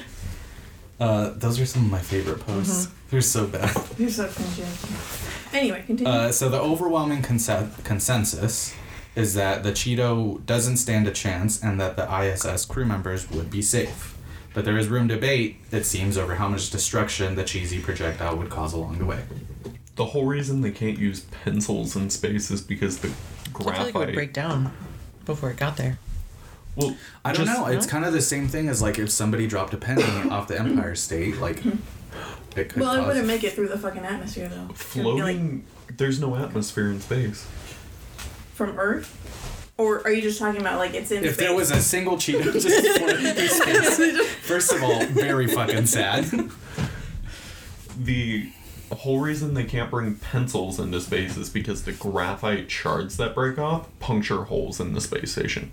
D: Uh, those are some of my favorite posts. They're so bad.
B: You're so cringy. Anyway, continue.
D: Uh, so the overwhelming consen- consensus is that the Cheeto doesn't stand a chance and that the ISS crew members would be safe. But there is room debate, it seems, over how much destruction the cheesy projectile would cause along the way.
E: The whole reason they can't use pencils in space is because the
C: I feel like it would
E: graphite.
C: break down before it got there.
E: well,
D: I don't
E: just-
D: know. It's kind of the same thing as like if somebody dropped a penny off the Empire State, like it could
B: well, it
D: cause.
B: wouldn't make it through the fucking atmosphere though. It would be, like,
E: Floating. There's no atmosphere in space.
B: from Earth, or are you just talking about like it's in?
D: if
B: space?
D: there was a single Cheeto just floating through space, first of all, very fucking sad.
E: The whole reason they can't bring pencils into space is because the graphite shards that break off puncture holes in the space station.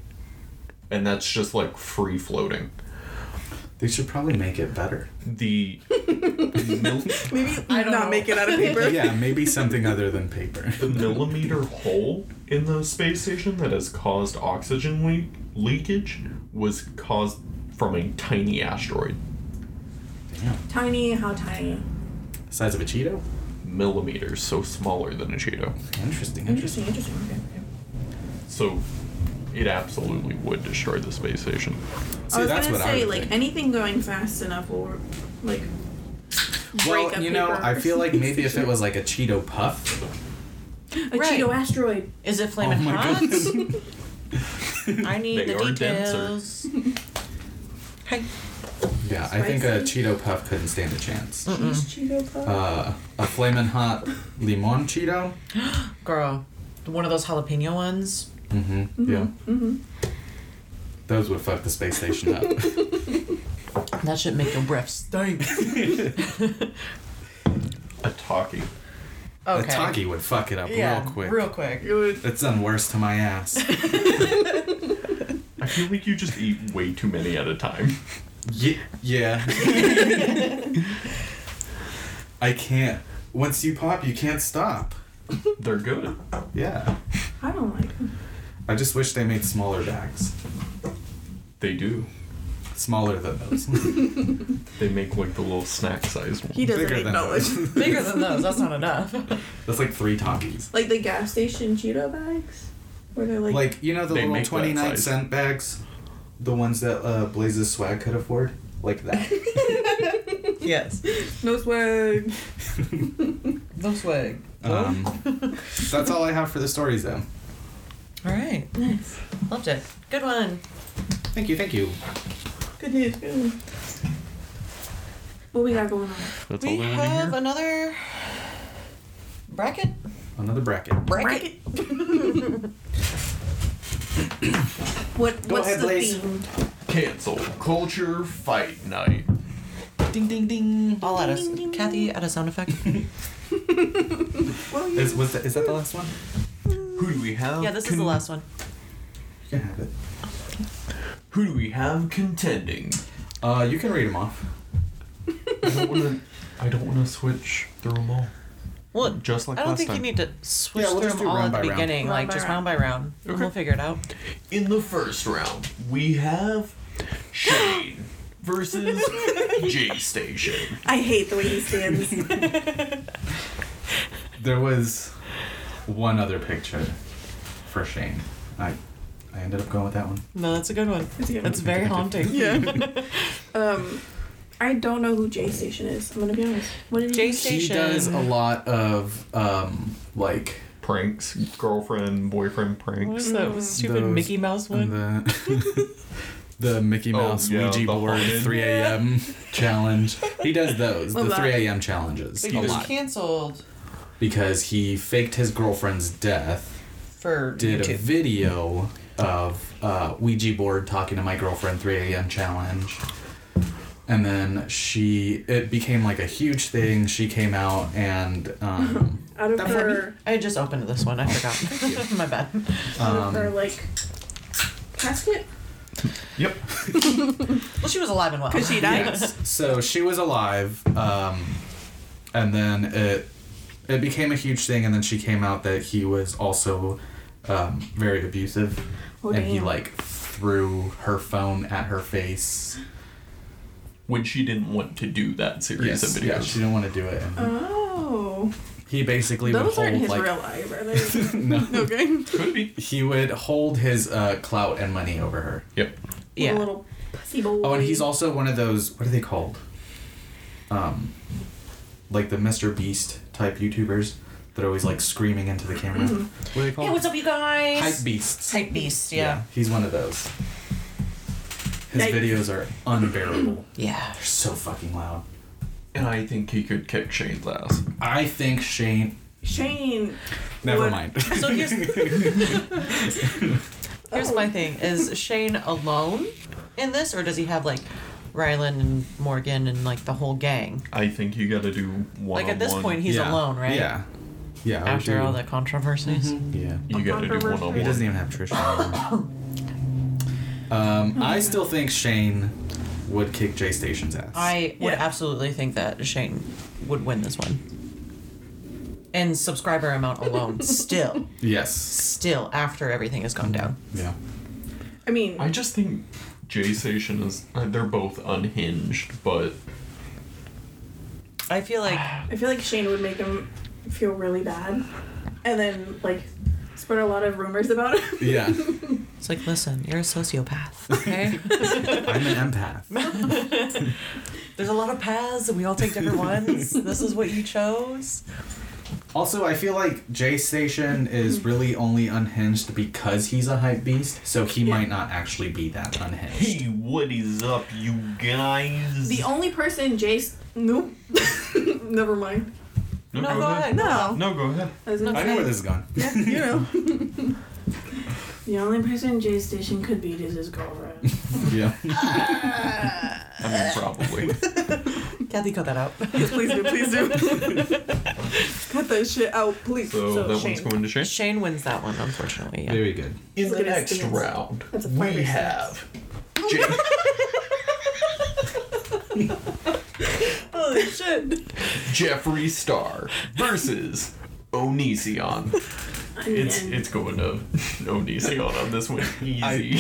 E: And that's just like free floating.
D: They should probably make it better.
E: The mil-
B: maybe
C: I
B: I
C: don't
B: don't not
C: know.
B: make it out of paper.
D: Yeah, maybe something other than paper.
E: the millimeter hole in the space station that has caused oxygen leak leakage was caused from a tiny asteroid.
D: Damn.
B: Tiny, how tiny?
D: Size of a Cheeto?
E: Millimeters, so smaller than a Cheeto.
D: Interesting,
B: Interesting,
D: interesting.
B: interesting. Okay, okay.
E: So it absolutely would destroy the space station.
D: See,
B: I was
D: that's
B: gonna
D: what I
B: say
D: would
B: like
D: think.
B: anything going fast enough will like. break
D: Well,
B: a
D: you know,
B: paper
D: I feel like maybe if it
B: station.
D: was like a Cheeto puff.
B: a
C: Right.
B: Cheeto asteroid.
C: Is it flaming
D: Oh my
C: hot? I need
E: They
C: the
E: are
C: details.
E: denser.
C: Hey,
D: Yeah, I think a Cheeto puff couldn't stand a chance.
B: Cheese Cheeto puff.
D: Uh, a flamin' hot limon Cheeto.
C: girl, one of those jalapeno ones.
D: Mm-hmm. Yeah.
B: hmm
D: Those would fuck the space station up.
C: That should make your breath stink.
E: A talkie.
D: A
C: Okay.
D: Taki would fuck it up real quick.
C: Real quick.
D: It's done worse to my ass.
E: I feel like you just eat way too many at a time.
D: Ye- yeah. I can't. Once you pop, you can't stop.
E: They're good.
D: Yeah.
B: I don't like. Them.
D: I just wish they made smaller bags.
E: They do.
D: Smaller than those.
E: They make like the little snack size one.
B: He doesn't
D: Bigger than
B: acknowledge.
D: those.
C: Bigger than those. That's not enough.
D: That's like three Takis.
B: like the gas station Cheeto bags, where they're like,
D: Like, you know the
E: They
D: little
E: make that
D: 29
E: size.
D: cent bags? The ones that uh, Blaze's swag could afford? Like that.
C: yes.
B: no swag.
C: No swag.
D: Um, that's all I have for the stories, though.
C: All right.
B: Nice.
C: Loved it. Good one.
D: Thank you, thank you.
B: Good news. Good news. What we got going on?
E: That's
C: we
E: wanna
C: have another bracket.
D: Another bracket.
C: Bracket.
B: What
D: Go
B: what's
D: ahead,
B: the
D: Blaze.
B: theme?
E: Cancel culture fight night.
C: Ding ding ding. All at us.
B: Ding, ding, ding.
C: Kathy, at a sound effect.
B: Well, you
D: Is, was that, is that the last one?
E: Who do we have?
C: yeah, this is
E: con-
C: the last one.
D: You can have it.
E: Who do we have contending?
D: Uh, you can read them off.
E: I don't want to. I don't want to switch through them all.
C: Well,
E: Just like
C: I don't
E: last
C: think
E: time.
C: you need to switch
D: Yeah, we'll
C: through
D: just
C: them
D: do
C: all
D: round
C: at the
D: by round.
C: beginning,
B: Round
C: like
B: by
C: just
B: round.
C: round by round. and We'll figure it out.
E: In the first round, we have Shane versus J Station.
B: I hate the way he stands.
D: There was one other picture for Shane. I I ended up going with that one.
C: No, that's a good one.
B: It's a good
C: That's very haunting.
B: Yeah. um, I don't know who J Station is. I'm gonna be honest. What did
C: J
B: he?
C: Station.
D: He does a lot of um like
E: Pranks, girlfriend, boyfriend
C: What
E: pranks.
C: was that stupid
D: Those-
C: Mickey Mouse one?
D: the the Mickey
E: Oh,
D: Mouse
E: yeah,
D: Ouija
E: the
D: board
E: haunted.
D: 3 a.m. challenge. He does those,
B: Well,
D: the
B: that-
D: 3 a.m. challenges
C: But
D: a
C: he was
D: lot
C: canceled
D: because he faked his girlfriend's death.
C: for
D: did a
C: YouTube.
D: video of uh, Ouija board talking to my girlfriend 3 a.m. challenge. And then she, it became like a huge thing. She came out and um,
B: Out of
D: That was
B: her,
C: I just opened this one. I forgot. My bad.
B: out
D: Um,
B: of her like casket.
E: Yep.
C: Well, she was alive and well.
B: Cause she died.
D: so she was alive. Um, and then it it became a huge thing. And then she came out that he was also um, very abusive,
B: Oh,
D: and he
B: damn.
D: like f- threw her phone at her face.
E: when she didn't want to do that series of videos.
D: yeah, she didn't want to do it. And
B: Oh.
D: he basically would
B: Uh, Those
D: hold
B: aren't his
D: like
B: real life, are they?
D: no,
B: okay.
E: Could be.
D: he would hold his uh, clout and money over her.
E: Yep.
C: Yeah.
B: Little pussy boy.
D: Oh, and he's also one of those. What are they called? Um, like the Mr. Beast type YouTubers that are always like screaming into the camera. What are they
C: Hey,
D: called?
C: Mm-hmm. what's up, you guys?
D: Hype beasts.
C: Hype beast. Yeah.
D: he's one of those. His
B: Yikes.
D: videos are unbearable.
C: Yeah.
D: They're so fucking loud.
E: And I think he could kick Shane's ass.
D: I think Shane.
B: Shane.
D: Never
B: would-
D: mind.
C: So here's here's my thing: is Shane alone in this, or does he have like Rylan and Morgan and like the whole gang?
E: I think you gotta do one.
C: Like at this point, he's
D: Yeah.
C: alone, right?
D: Yeah. Yeah. I would
C: After
D: do-
C: all the controversies.
D: Yeah.
E: you gotta do one on
D: He doesn't even
E: one.
D: have Trish. on him. um, I still think Shane would kick Jay Station's ass.
C: I would
B: Yeah.
C: absolutely think that Shane would win this one. And subscriber amount alone, still,
D: Yes.
C: still after everything has gone down.
D: Yeah.
B: I mean,
E: I just think Jay Station is. uh, They're both unhinged, but
C: I feel like
B: I feel like Shane would make him feel really bad, and then like spread a lot of rumors about him.
D: Yeah.
C: it's like, listen, you're a sociopath. Okay,
D: I'm an empath.
C: there's a lot of paths, and we all take different ones. This is what you chose.
D: Also, I feel like Jay Station
C: Hmm.
D: is really only unhinged because he's a hype beast, so he might not actually be that unhinged.
E: hey, what is up, you guys?
B: The only person Jace. Nope. Never mind.
E: no,
C: No,
E: go
C: go ahead.
B: No.
E: No, go ahead.
B: I was gonna
D: I know
B: say-
D: where this is going.
B: Yeah, you know. the only person Jay's station could beat is his girlfriend.
D: Yeah.
E: I mean, probably.
C: Kathy, cut that out.
B: please do, please do. Cut that shit out, please.
E: So, that one's going to Shane.
C: Shane wins that one, unfortunately. Yeah.
D: Very good.
E: In
B: Look
E: the
B: at his
E: next
B: stance.
E: round,
B: That's a
E: we
B: fighter stance.
E: have Jay.
B: Holy shit.
E: Jeffree Star versus Onision. It's it's going to Onision on this one. Easy.
C: I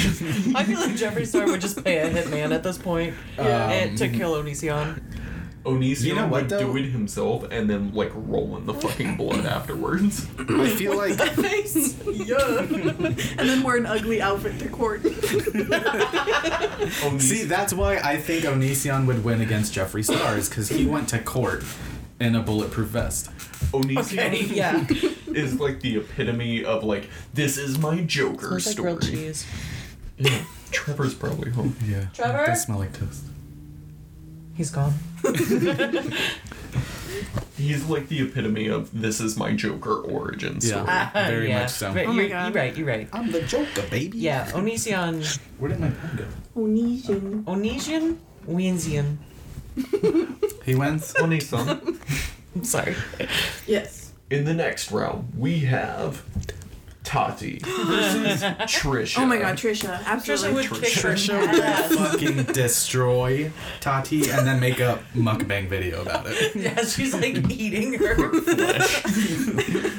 C: feel like Jeffree Star would just pay a hitman at this point
D: Um,
C: and to kill Onision.
E: Onision
D: You know what,
E: would
D: though?
E: do it himself and then like roll in the fucking blood afterwards.
D: I feel like
B: face. Yeah. and then wear an ugly outfit to court.
E: Onision.
D: See, that's why I think Onision would win against Jeffree Star is because he went to court in a bulletproof vest.
E: Onision
C: Yeah.
E: is like the epitome of like this is my Joker
C: Looks like
E: story.
C: grilled cheese.
E: Yeah, Trevor's probably home.
D: Yeah.
C: Trevor?
D: They smell like toast.
C: He's gone.
E: He's like the epitome of this is my Joker origin story.
D: Very
C: Yeah.
D: much so.
C: Right,
B: Oh my
C: you're,
B: God.
C: you're right. You're right.
D: I'm the Joker, baby.
C: Yeah. Onision.
D: Where did my pen go?
B: Onesian.
C: Onesian. Winsian.
D: He wins.
E: Onision.
C: I'm sorry.
B: Yes.
E: In the next round, we have Tati versus Trisha.
B: Oh my god, Trisha. Absolutely.
C: Trisha would kick her
D: Trisha would
C: ass.
D: fucking destroy Tati and then make a mukbang video about it.
C: Yeah, she's like eating her.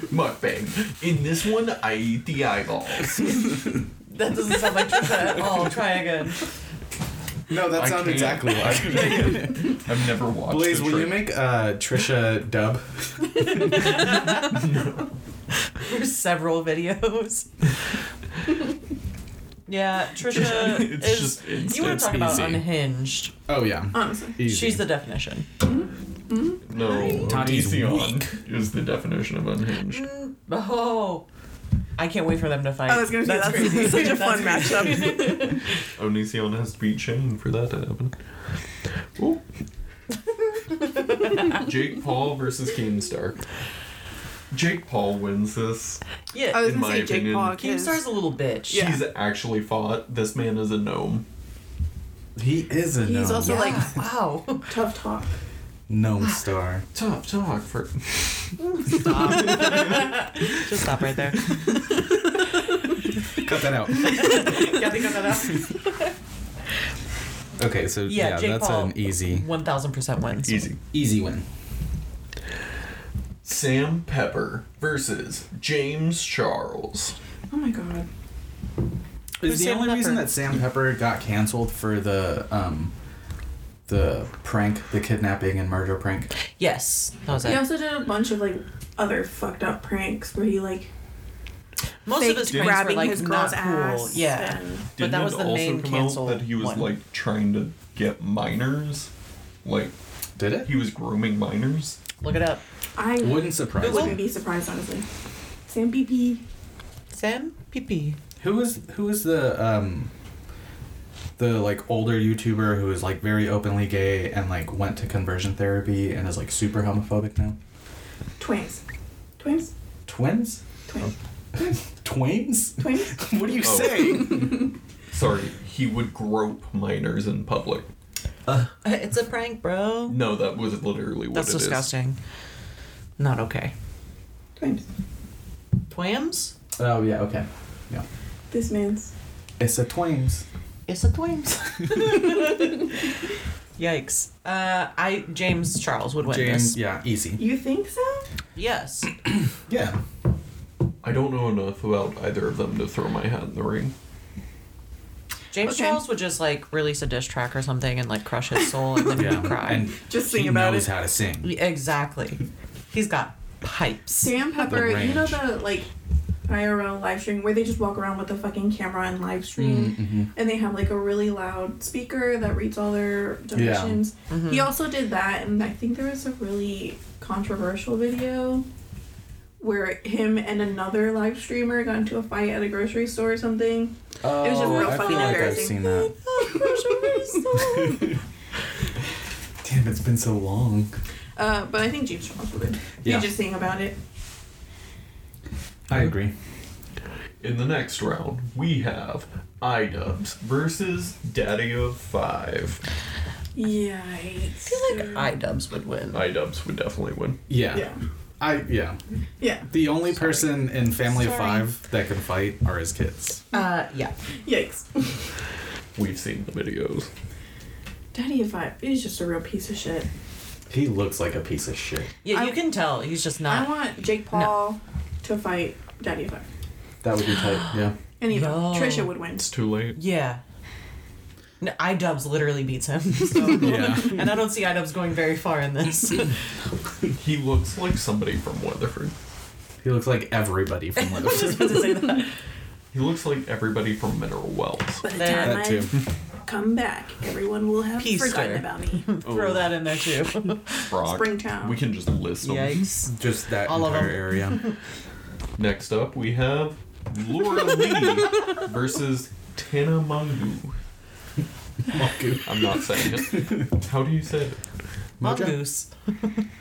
E: Mukbang. In this one, I eat the eyeballs.
C: That doesn't sound like Trisha at all. Try again.
D: No, that
E: I
D: sounds
E: can't.
D: exactly like.
E: I've never watched.
D: Blaze,
E: the
D: will you
E: Trisha.
D: make uh, Trisha dub?
C: There's several videos. yeah, Trisha
E: It's
C: Uh, is.
E: just- it's-
C: you want
D: it's
C: to talk about
D: easy.
C: unhinged?
D: Oh yeah,
B: Honestly.
C: Um,
D: Easy.
C: She's the definition.
E: No,
D: Tati's
E: Onision
D: weak.
E: is the definition of unhinged.
C: Mm. Oh, I can't wait for them to fight.
B: I was gonna say that's, such a fun matchup.
E: Onision has to beat Shane for that to happen. Ooh. Jake Paul versus Keemstar. Jake Paul wins this.
C: Yeah,
B: I was
E: In
B: gonna
E: my
B: say Jake
E: opinion,
B: Paul. 'cause-
C: Keemstar's a little bitch.
B: Yeah.
E: He's actually fought. This man is a gnome.
D: he is a
B: He's
D: gnome.
B: also like
C: Wow.
B: tough talk.
D: gnome star.
E: Tough talk for.
C: Just stop right there.
D: Cut that out.
C: Kathy, cut that out.
D: Okay, so
C: Yeah,
D: yeah,
C: Jake
D: that's
C: Paul.
D: an easy,
C: One thousand percent wins.
E: Easy.
D: easy win.
E: Sam Pepper versus James Charles.
B: Oh my god.
D: Is
C: Who's
D: the
C: Sam
D: only reason
C: Pepper?
D: that Sam Pepper got canceled for the um, the prank, the kidnapping and murder prank?
C: Yes, that was
B: He
C: it.
B: also did a bunch of like other fucked up pranks where he like
C: Most of
B: faked
C: his pranks were
B: grabbing
C: like
B: his
C: not
B: girl's
C: cool.
B: ass.
C: yeah,
B: and-
C: but
E: Didn't
C: that was
E: it
C: the
E: also
C: main
E: come out
C: cancel
E: That he was
C: one.
E: like trying to get minors, like
D: Did it?
E: he was grooming minors.
C: Look it up.
B: I
D: Wouldn't surprise
B: wouldn't
D: me.
B: be surprised honestly. Sam PP.
C: Sam Pee.
D: Who was who was the um, the like older YouTuber who is like very openly gay and like went to conversion therapy and is like super homophobic now?
B: Twins. Twins?
D: Twins?
B: Twins.
D: Twins?
B: Twins?
D: What do you
E: Oh.
D: say?
E: Sorry, he would grope minors in public.
C: It's a prank, bro.
E: No, that was literally what
C: That's
E: it is.
C: disgusting. Not okay.
B: Twins.
C: Twams?
D: oh yeah, okay, yeah.
B: This man's
D: It's a twins.
C: It's a twams. Yikes. Uh, I James Charles would win
D: James,
C: this.
D: yeah, easy.
B: You think so?
C: Yes.
D: Yeah.
E: I don't know enough about either of them to throw my hat in the ring.
C: James
B: Okay.
C: Charles would just like release a diss track or something and like crush his soul and then he
D: Yeah.
C: would cry.
D: And
B: Just
D: he
B: sing about
D: knows
B: it.
D: how to sing.
C: Exactly. He's got pipes.
B: Sam Pepper, you know
D: range.
B: the like IRL live stream where they just walk around with the fucking camera and live stream
D: Mm-hmm.
B: and they have like a really loud speaker that reads all their donations. He also did that and I think there was a really controversial video where him and another live streamer got into a fight at a grocery store or something.
D: Oh,
B: was just real
D: I
B: fucking
D: feel like I've
B: embarrassing.
D: seen that. Damn, it's been so long.
B: uh, but I think James Charles would.
D: Yeah.
B: He just sang about it.
D: I
B: Mm.
D: agree.
E: In the next round, we have iDubbbz versus Daddy of Five.
B: Yeah, it's
C: iDubbbz would win.
E: iDubbbz would definitely win.
D: Yeah.
B: yeah,
D: I yeah.
B: yeah.
D: The only person in Family of
C: Sorry.
D: Five that can fight are his kids.
C: Uh, yeah.
B: Yikes.
E: We've seen the videos.
B: Daddy of Five is just a real piece of shit.
D: He looks like a piece of shit.
C: Yeah, you
B: I-
C: can tell he's just
B: I
C: not.
B: want Jake Paul to fight Daddy of Five.
D: That would be tight. Yeah.
B: Any of them.
C: No.
B: Trisha would win.
E: It's too late.
C: yeah. No, iDubbbz literally beats him. So.
D: Yeah.
C: and I don't see iDubbbz going very far in this.
E: He looks like somebody from Weatherford.
D: He looks like everybody from Weatherford.
C: Just to say that.
E: He looks like everybody from Mineral Wells.
B: By the
C: There.
B: time
D: that too.
B: I come back, everyone will have
C: Peace
B: forgotten
C: there.
B: about me.
D: Oh.
C: Throw that in there too.
E: Brock.
B: Springtown.
E: We can just list them.
C: Yikes.
D: Just that
C: All of
D: entire
C: them.
D: area.
E: Next up, we have Laura Lee versus Tana Mongu.
D: Mongoose.
E: I'm not saying it. How do you say it?
D: Mojo?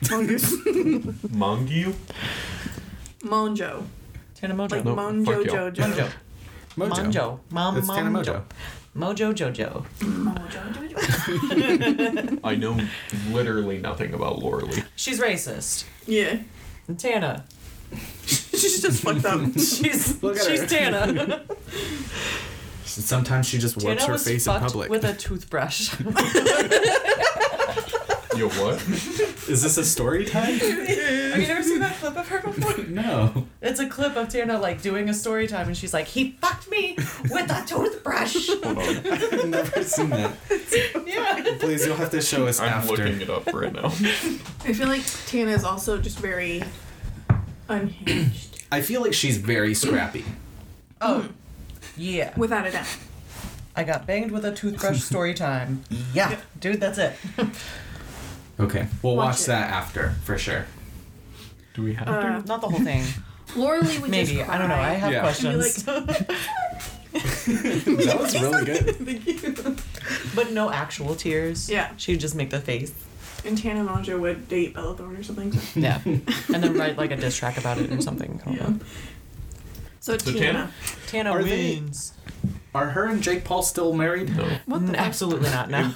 C: Mongoose.
E: Mongu?
B: Monjo.
C: Tana
B: Like
C: Mojo.
E: No,
B: Monjo
E: fuck y'all.
B: Jojo.
C: Mojo.
D: Mojo.
C: Monjo. Mom,
D: That's
C: mom,
D: Tana Mojo.
C: Mojo. Mojo Jojo.
B: Monjo Jojo.
E: I know literally nothing about Laura Lee.
C: She's racist.
B: Yeah.
C: And Tana.
B: She's just fucked up.
C: She's
D: Look at
C: she's
D: her.
C: Tana.
D: Sometimes she just wipes
C: Tana
D: her
C: was
D: face in
C: fucked
D: public.
C: with a toothbrush.
E: Yo, what?
D: Is this a story time?
C: Have you never seen that clip of her before?
D: no.
C: It's a clip of Tana like doing a story time, and she's like, "He fucked me with a toothbrush."
E: Hold on.
D: I've never seen that.
C: yeah.
D: Please, you'll have to show us
E: I'm
D: after.
E: looking it up right now.
B: I feel like Tana is also just very unhinged.
D: I feel like she's very scrappy.
C: Oh. Yeah.
B: Without a doubt.
C: I got banged with a toothbrush story time. Yeah, dude, that's it.
D: Okay, we'll
B: Watch
D: watch,
B: it.
D: that after for sure.
E: Do we have
B: Uh,
C: Not the whole thing.
B: Laura Lee would just
C: Maybe I don't know. I
B: cry.
C: have
D: Yeah.
C: questions,
D: That was really good.
B: Thank you.
C: but no actual tears.
B: Yeah.
C: she'd just make the face.
B: And Tana Monjo would date Bella Thorne or something. so-
C: Yeah, and then write like a diss track about it or something. I don't
B: Yeah.
C: know.
B: So,
E: So
B: Tana.
E: Tana?
C: Tana
D: Are they-
C: wins.
D: Are her and Jake Paul still married?
E: No.
B: What the
C: N- Absolutely not. No,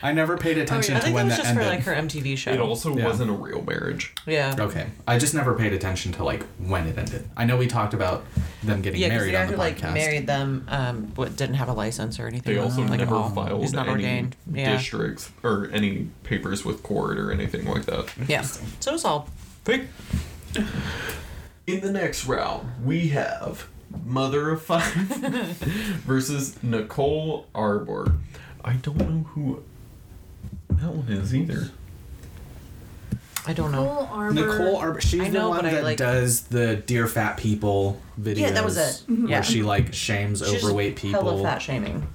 D: I never paid attention
B: yeah.
C: Oh, I think
D: to
C: that
D: when
C: was
D: that,
C: just
D: ended.
C: for like her MTV show.
E: It also
D: Yeah.
E: wasn't a real marriage.
C: yeah.
D: Okay, I just never paid attention to like when it ended. I know we talked about them getting
C: Yeah, because the
D: married
C: guy
D: on the
C: who
D: podcast.
C: like married them um, what, didn't have a license or anything.
E: They
C: like
E: also
C: that, like at
E: never
C: all.
E: filed
C: He's not
E: any
C: ordained. Yeah,
E: districts or any papers with court or anything like that.
C: yeah. So it's all
E: In the next round, we have mother of five, versus Nicole Arbor. I don't know who that one is either.
C: I don't know.
B: Nicole Arbor.
D: Nicole Arbor, she's
C: I
D: the
C: know,
D: one
C: but I,
D: that
C: like-
D: does the dear fat people videos.
C: Yeah, that was it. Mm-hmm. Yeah.
D: Where she like shames
C: She's
D: overweight
C: just hella
D: people.
C: fat shaming.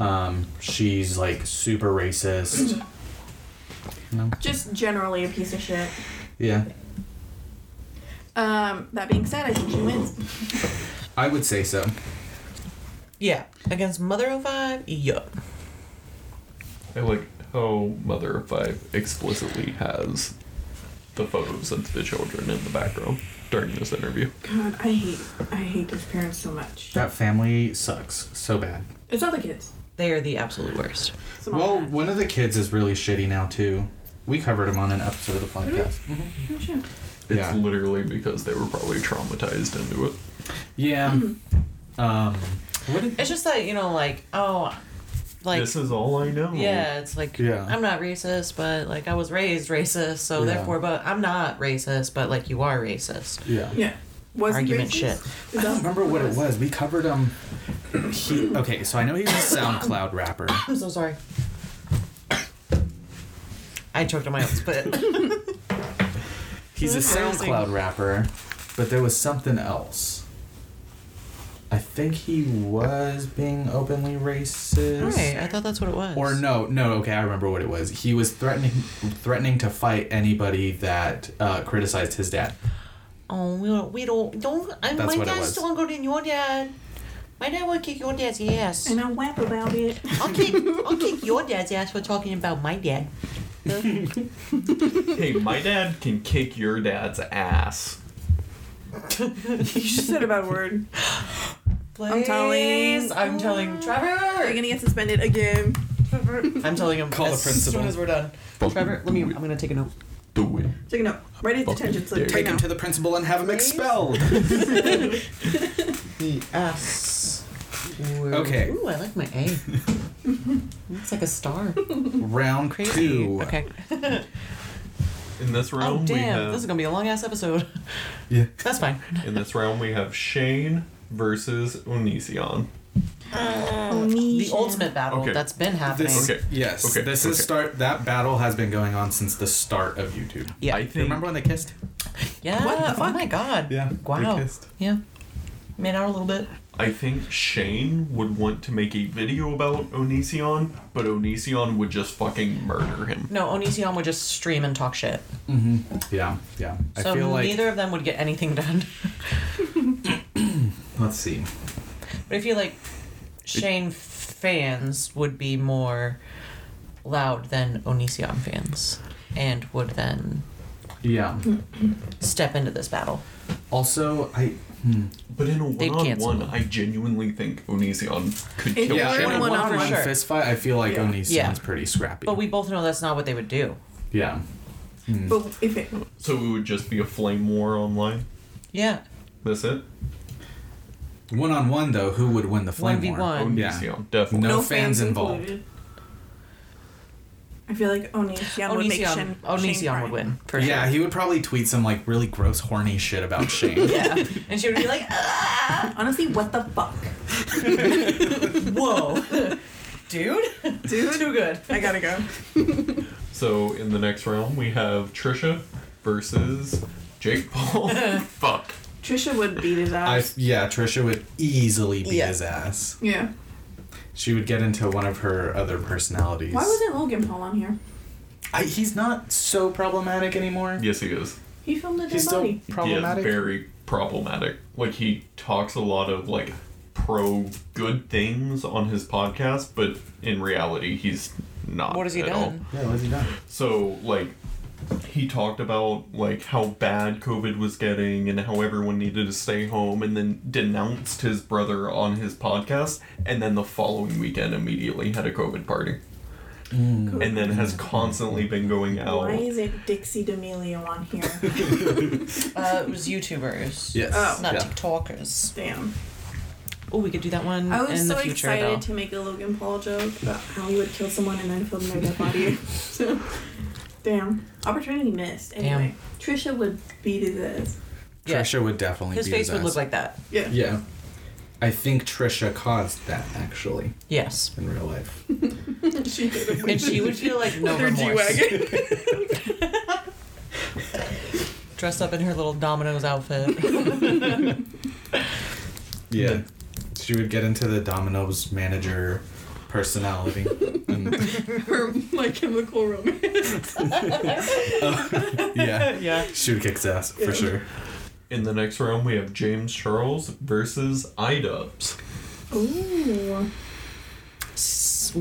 D: Um, she's like super racist.
B: Just generally a piece of shit.
D: yeah,
B: Um, that being said, I think she wins.
D: I would say so.
C: Yeah. Against Mother of Five, yup.
E: I like how Mother of Five explicitly has the photos of the children in the background during this interview.
B: God, I hate, I hate those parents so much.
D: That family sucks so bad.
B: It's not the kids.
C: They are the absolute worst.
B: It's mom.
D: Well, one of the kids is really shitty now too. We covered him on an episode of the podcast.
B: Oh, shit.
E: It's
D: Yeah.
E: literally because they were probably traumatized into it.
D: Yeah. Um, what did
C: It's just that, you know, like, oh, like,
E: this is all I know.
C: yeah, it's like,
D: Yeah.
C: I'm not racist, but like, I was raised racist, so
D: Yeah.
C: therefore, but I'm not racist, but like, you are racist.
D: yeah.
B: Yeah. Was he
C: Argument
B: racist?
C: shit.
B: Is
D: I don't
B: that-
D: remember what it was. We covered him. He, okay, so I know he's a SoundCloud rapper.
C: I'm so sorry. I choked on my own spit.
D: He's a
C: Embarrassing.
D: SoundCloud rapper, but there was something else. I think he was being openly racist.
C: right. I thought that's what it was.
D: Or no, no, okay, I remember what it was. He was threatening threatening to fight anybody that uh, criticized his dad.
C: Oh, we don't. We don't. don't I,
D: That's
C: my
D: what it
C: dad's
D: was.
C: still good in your dad. My dad will kick your dad's ass.
B: And I whap about it.
C: I'll kick. I'll kick your dad's ass for talking about my dad.
E: Hey, my dad can kick your dad's ass.
B: you just said a bad word.
C: Please,
B: telling-
C: I'm telling
B: You're
C: Trevor.
B: gonna get suspended again.
C: I'm telling him.
D: Call the
C: as
D: principal.
C: soon as we're done.
E: Fuck
C: Trevor, let me.
E: you.
C: I'm gonna take a note.
E: Do it.
B: Take a note. Right at detention slip.
E: dare
B: Right
E: you.
B: now.
D: the principal and have him
C: Please? The E S. word.
D: Okay.
C: Ooh, I like my A. It's like a star.
D: Round
C: Crazy.
D: two.
C: Okay.
E: In this
C: Oh
E: round, we
C: damn!
E: have
C: This is gonna be a long ass episode.
D: Yeah.
C: That's fine.
E: in this round we have Shane versus Onision.
B: Oh,
C: The ultimate battle
E: Okay.
C: that's been happening.
D: This,
E: Okay.
D: Yes.
E: Okay,
D: This is
E: okay.
D: start. That battle has been going on since the start of YouTube.
C: Yeah.
E: I
D: Do you
E: think.
D: remember when they kissed?
C: Yeah.
B: What the
C: Oh
B: fuck?
C: my god.
D: Yeah, they
C: Wow.
D: kissed.
C: Yeah. Made out a little bit.
E: I think Shane would want to make a video about Onision, but Onision would just fucking murder him.
C: No, Onision would just stream and talk shit.
D: Yeah. Yeah.
C: So
D: I feel like.
C: neither of them would get anything done.
D: Let's see.
C: But I feel like Shane fans would be more loud than Onision fans and would then
D: Yeah.
C: Hmm. step into this battle.
D: Also, I.
E: But in a
C: They'd
E: one-on-one,
C: cancel him.
E: I genuinely think Onision could
B: If
E: kill
B: Yeah, in
D: Yeah,
E: Shane.
B: a one-on-one
D: one-on-one
C: for sure.
D: fist fight, I feel like
B: Yeah.
D: Onision's
C: Yeah.
D: pretty scrappy.
C: But we both know that's not what they would do.
D: yeah. Mm.
B: But if it,
E: So it would just be a flame war online.
C: Yeah.
E: That's it.
D: One on one though, who would win the flame war?
C: 1v1.
E: Onision,
D: Yeah.
E: definitely.
D: No fans involved.
B: included. I feel like Onision would make Shin.
C: Onision, Onision would win for sure.
D: Yeah, he would probably tweet some like really gross, horny shit about Shane.
C: Yeah. and she would be like, "Ah,
B: Honestly, what the fuck?
C: "Whoa, dude, dude, too good."
B: I gotta go.
E: So in the next round, we have Trisha versus Jake Paul. Fuck.
B: Trisha would beat his
D: I,
B: ass.
D: yeah, Trisha would easily beat
C: Yeah.
D: his ass.
B: yeah.
D: She would get into one of her other personalities.
B: Why wasn't Logan Paul on here?
D: I, he's not so problematic anymore.
E: Yes, he is.
B: He filmed a dead
D: He's still
B: body.
D: problematic.
E: He is very problematic. Like he talks a lot of like pro good things on his podcast, but in reality, he's not.
C: What has he
E: at
C: done?
E: all.
D: yeah, what has he done?
E: So like he talked about like how bad COVID was getting and how everyone needed to stay home and then denounced his brother on his podcast and then the following weekend immediately had a COVID party.
C: Mm.
E: And then has constantly been going out.
B: Why is it Dixie D'Amelio on here?
C: Uh, it was YouTubers.
D: Yes.
B: Oh.
C: Not
D: Yeah.
C: TikTokers.
B: Damn.
C: Oh, we could do that one
B: I was
C: in
B: so
C: the future,
B: excited
C: though.
B: to make a Logan Paul joke about how he would kill someone and then film their dead body. so, damn. Opportunity missed. Anyway, Trisha would beat his ass.
C: Yeah.
D: Trisha would definitely
C: His
D: be
C: face
D: his
C: would look
D: ass.
C: like that.
B: Yeah.
D: Yeah. I think Trisha caused that actually
C: Yes.
D: in real life.
B: she did it
C: And she would feel like no
B: with her G
C: remorse.
B: wagon.
C: Dressed up in her little Domino's outfit.
D: Yeah. She would get into the Domino's manager personality. and,
B: Her my chemical romance.
D: yeah.
C: yeah.
D: She would kick ass for sure.
E: In the next round, we have James Charles versus IDubs.
B: Ooh.
C: S-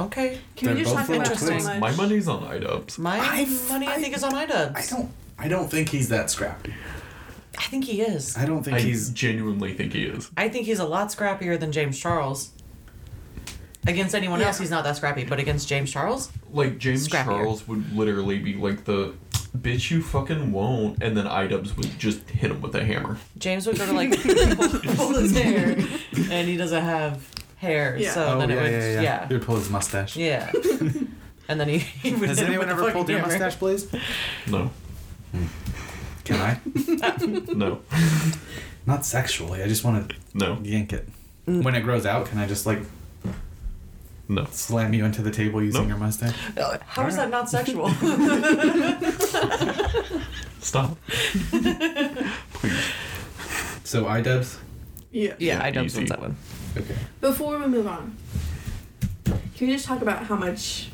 C: Okay.
B: Can
D: They're
B: we just
D: both
B: talk about how
D: little
C: twins.
B: much?
E: My money's on IDubs.
C: My
D: I-
C: money, I, think, is on iDubbbz.
D: I don't I don't think he's that scrappy.
C: I think he is.
D: I don't think
E: I
D: he's
E: genuinely think he is.
C: I think he's a lot scrappier than James Charles. Against anyone else,
B: Yeah.
C: he's not that scrappy, but against James Charles,
E: Like James
C: Scrappier.
E: Charles would literally be like the bitch you fucking won't, and then IDubs would just hit him with a hammer.
C: James would go to like pull his hair, and he doesn't have hair,
B: Yeah.
D: Oh,
C: so Oh, then it would yeah.
D: He would pull his mustache.
C: Yeah. and then he, he would
D: Has
C: hit him
D: anyone
C: with the
D: ever pulled your
C: fucking hammer.
D: mustache, please?
E: No,
D: Can I?
E: no,
D: Not sexually. I just want to
E: no,
D: yank it.
C: Mm.
D: When it grows out, can I just like
E: no.
D: slam you into the table using
E: Nope.
D: your mustache?
C: How is that not sexual?
E: Stop. Please.
D: So iDubbbz.
B: Yeah.
C: yeah, I don't
E: Easy.
C: think that one.
D: Okay.
B: Before we move on, can we just talk about how much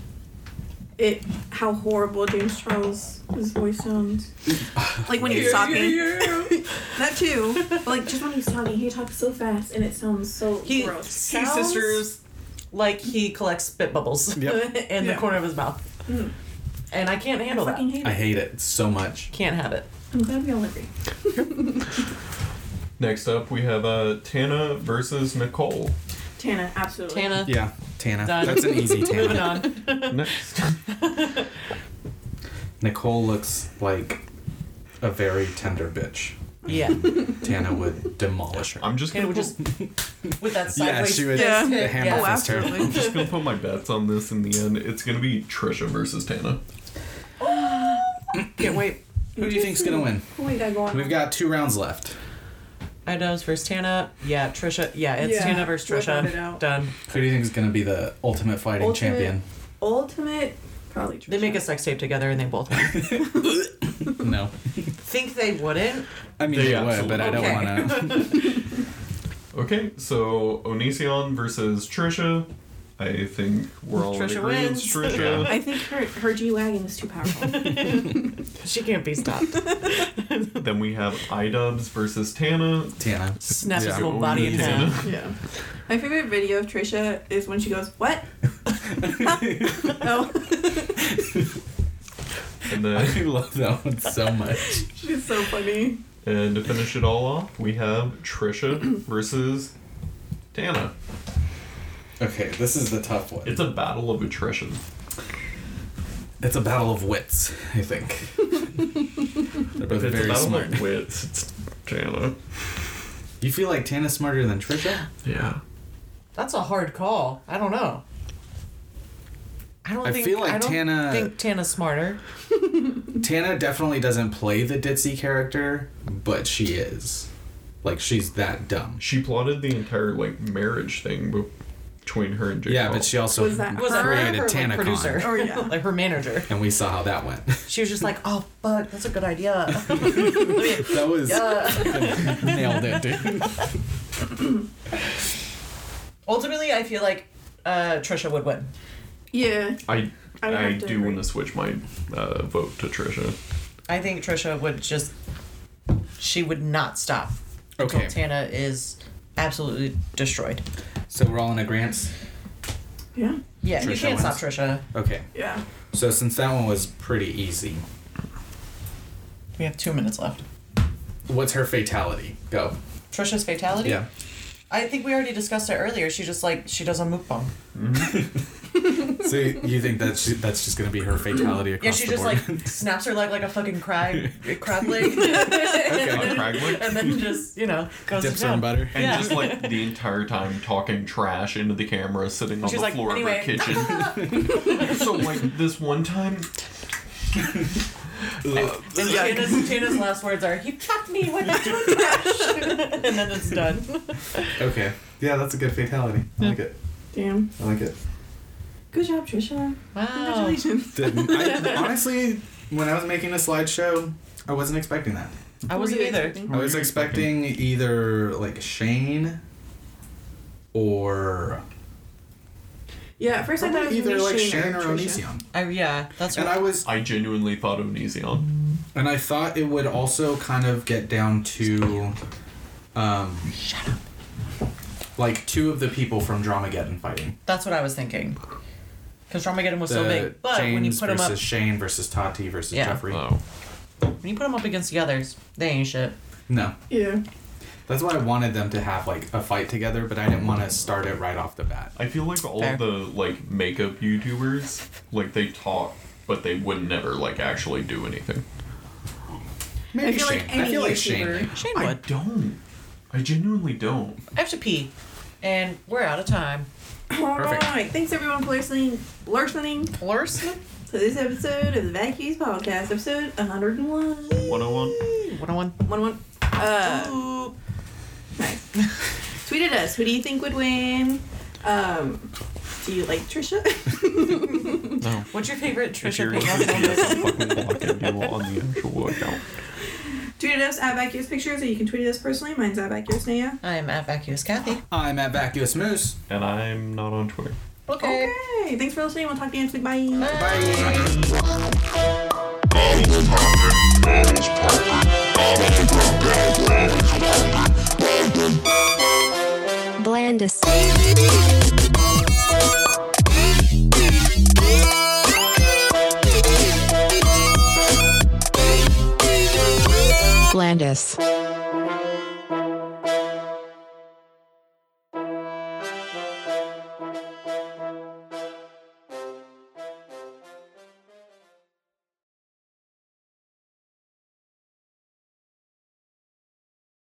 B: it, how horrible James Charles' his voice sounds? Like when he's talking. that too. But like just when he's talking, he talks so fast and it sounds so
C: He
B: gross.
C: sounds like he collects spit bubbles
D: Yep.
C: in the
B: Yeah.
C: corner of his mouth,
B: Mm.
C: and I can't handle that.
B: Fucking hate
D: I
B: it.
D: hate it so much.
C: Can't have it.
B: I'm glad we all agree.
E: Next up, we have uh, Tana versus Nicole.
B: Tana, absolutely.
C: Tana,
D: Yeah, Tana.
C: Done.
D: That's an easy
C: moving
D: Tana.
C: on.
E: Next.
D: Nicole looks like a very tender bitch.
C: Yeah,
D: Tana would demolish her.
E: I'm just
C: Tana
E: gonna
C: would
E: put,
C: just with that
D: yeah,
C: sideways.
D: she would.
B: Yeah.
D: The hammer
C: Yeah.
B: Oh,
D: fist her.
B: absolutely.
E: just gonna put my bets on this in the end. It's gonna be Trisha versus Tana.
C: Can't wait.
D: Who do you think's gonna win?
B: What we got going
D: We've
B: on?
D: got two rounds left.
C: Ido's versus Tana. Yeah, Trisha. Yeah, it's
B: Yeah,
C: Tana versus
B: without a
C: Trisha.
B: doubt.
C: Done.
D: Who do you think's gonna be the ultimate fighting
B: Ultimate-
D: champion?
B: Ultimate, probably
C: They
B: Trisha.
C: make a sex tape together and they both win.
D: No.
C: think they wouldn't.
D: I mean,
E: They
D: they, would, but I don't
C: absolutely-
D: want to.
E: Okay, so Onision versus Trisha. I think we're all
C: Trisha
E: in agreement.
C: wins.
E: Trisha.
B: I think her, her G Wagon is too powerful.
C: She can't be stopped.
E: Then we have IDubs versus Tana.
D: Tana.
C: Snaps his
D: Yeah.
C: whole body in
E: Tana.
C: half.
B: yeah. My favorite video of Trisha is when she goes, What? oh.
E: And
D: I
E: then
D: love that one so much.
B: She's so funny.
E: and to finish it all off, we have Trisha versus Tana.
D: Okay, this is the tough one.
E: It's a battle of attrition.
D: It's a battle of wits, I think. They're both
E: If it's a
D: very
E: battle
D: smart.
E: of wits, it's Tana.
D: You feel like Tana's smarter than Trisha?
E: Yeah.
C: That's a hard call. I don't know. I don't
D: I
C: think
D: feel like
C: I don't
D: Tana-
C: think Tana's smarter.
D: Tana definitely doesn't play the ditzy character, but she is. Like she's that dumb.
E: She plotted the entire like marriage thing be- between her and Jake.
D: Yeah,
E: Paul.
D: but she also
B: Was that
C: Was that her, or
D: created
C: her like,
D: TanaCon,
C: producer?
B: Oh, yeah.
C: like her manager.
D: and we saw how that went.
C: She was just like, oh fuck, that's a good idea. Let me-
D: that was
C: uh,
D: nailed it, dude.
C: ultimately, I feel like uh, Trisha would win.
B: Yeah.
E: I
B: I
E: I,
B: would have to
E: do
B: agree.
E: want to switch my uh, vote to Trisha.
C: I think Trisha would just. She would not stop. until
D: Okay.
C: Tana is absolutely destroyed.
D: So we're all in agreement.
B: Yeah.
C: Yeah, you
D: Trisha
C: can't stop
D: wins.
C: Trisha.
D: Okay.
B: Yeah.
D: So since that one was pretty easy,
C: We have two minutes left.
D: what's her fatality? Go.
C: Trisha's fatality?
D: Yeah.
C: I think we already discussed it earlier. She just like she does a mukbang.
D: So you you think that's that's just gonna be her fatality across
C: Yeah, she
D: the
C: just
D: board?
C: like snaps her leg like a fucking crab crab leg,
E: Uh,
C: and,
E: Crab leg?
C: then just you know goes
D: dips
C: to
D: her in
C: town.
D: butter.
E: And
C: Yeah.
E: just like the entire time talking trash into the camera, sitting on
C: She's
E: the
C: like,
E: floor
C: "Anyway."
E: of her kitchen. so like this one time,
C: And Tana's, Tana's last words are, "He chucked me when I threw trash," and then it's done.
D: Okay. Yeah, that's a good fatality. I like it.
B: Damn.
D: I like it.
B: Good job, Trisha.
C: Wow.
B: Congratulations.
D: Didn't- I- honestly, when I was making the slideshow, I wasn't expecting that.
C: I wasn't
B: Were you
C: either.
B: expecting?
D: I was expecting either like Shane or
B: Yeah, at first I thought it was
D: either
B: gonna be
D: like
B: Shane,
D: Shane or
B: Trisha.
D: Onision.
C: I, yeah, that's
D: And
C: right.
D: I was
E: I genuinely thought Onision.
D: and I thought it would also kind of get down to um like two of the people from Dramageddon fighting.
C: that's what I was thinking. Because Armageddon was
D: The
C: so big, but
D: James
C: when you put them
D: versus
C: up,
D: Shane versus Tati versus
C: Yeah.
D: Jeffrey.
E: Oh.
C: when you put 'em up against the others, they ain't shit.
D: No.
B: Yeah.
D: That's why I wanted them to have like a fight together, but I didn't want to start it right off the bat.
E: I feel like all
C: Fair.
E: the like makeup YouTubers, like they talk, but they would never like actually do anything.
D: Maybe
B: feel like
D: Shane. I
B: any
D: feel like
B: YouTuber-
D: Shane.
C: Shane
E: I
C: would.
E: don't. I genuinely don't.
C: I have to pee, and we're out of time.
B: All right.
D: Perfect.
B: Thanks everyone for listening, listening
C: Larson,
B: to this episode of the Vacuums Podcast, episode 101.
E: 101.
C: 101.
B: One one. Uh,
C: Boop.
B: nice. Tweeted us. Who do you think would win? Um, do you like Trisha?
E: No.
C: What's your favorite
E: If
C: Trisha
E: you're
C: Paytas moment?
E: interested, yes, I'll fucking block it, you on the actual account.
B: tweeted us at Vacuous Pictures, or you can tweet us personally. Mine's at Vacuous Naya.
C: I'm at Vacuous Kathy.
D: I'm at Vacuous Moose.
E: And I'm not on Twitter.
C: Okay.
B: Okay. Thanks for listening. We'll talk to you next week. Bye.
D: Bye.
F: Blandis.
C: Blandis.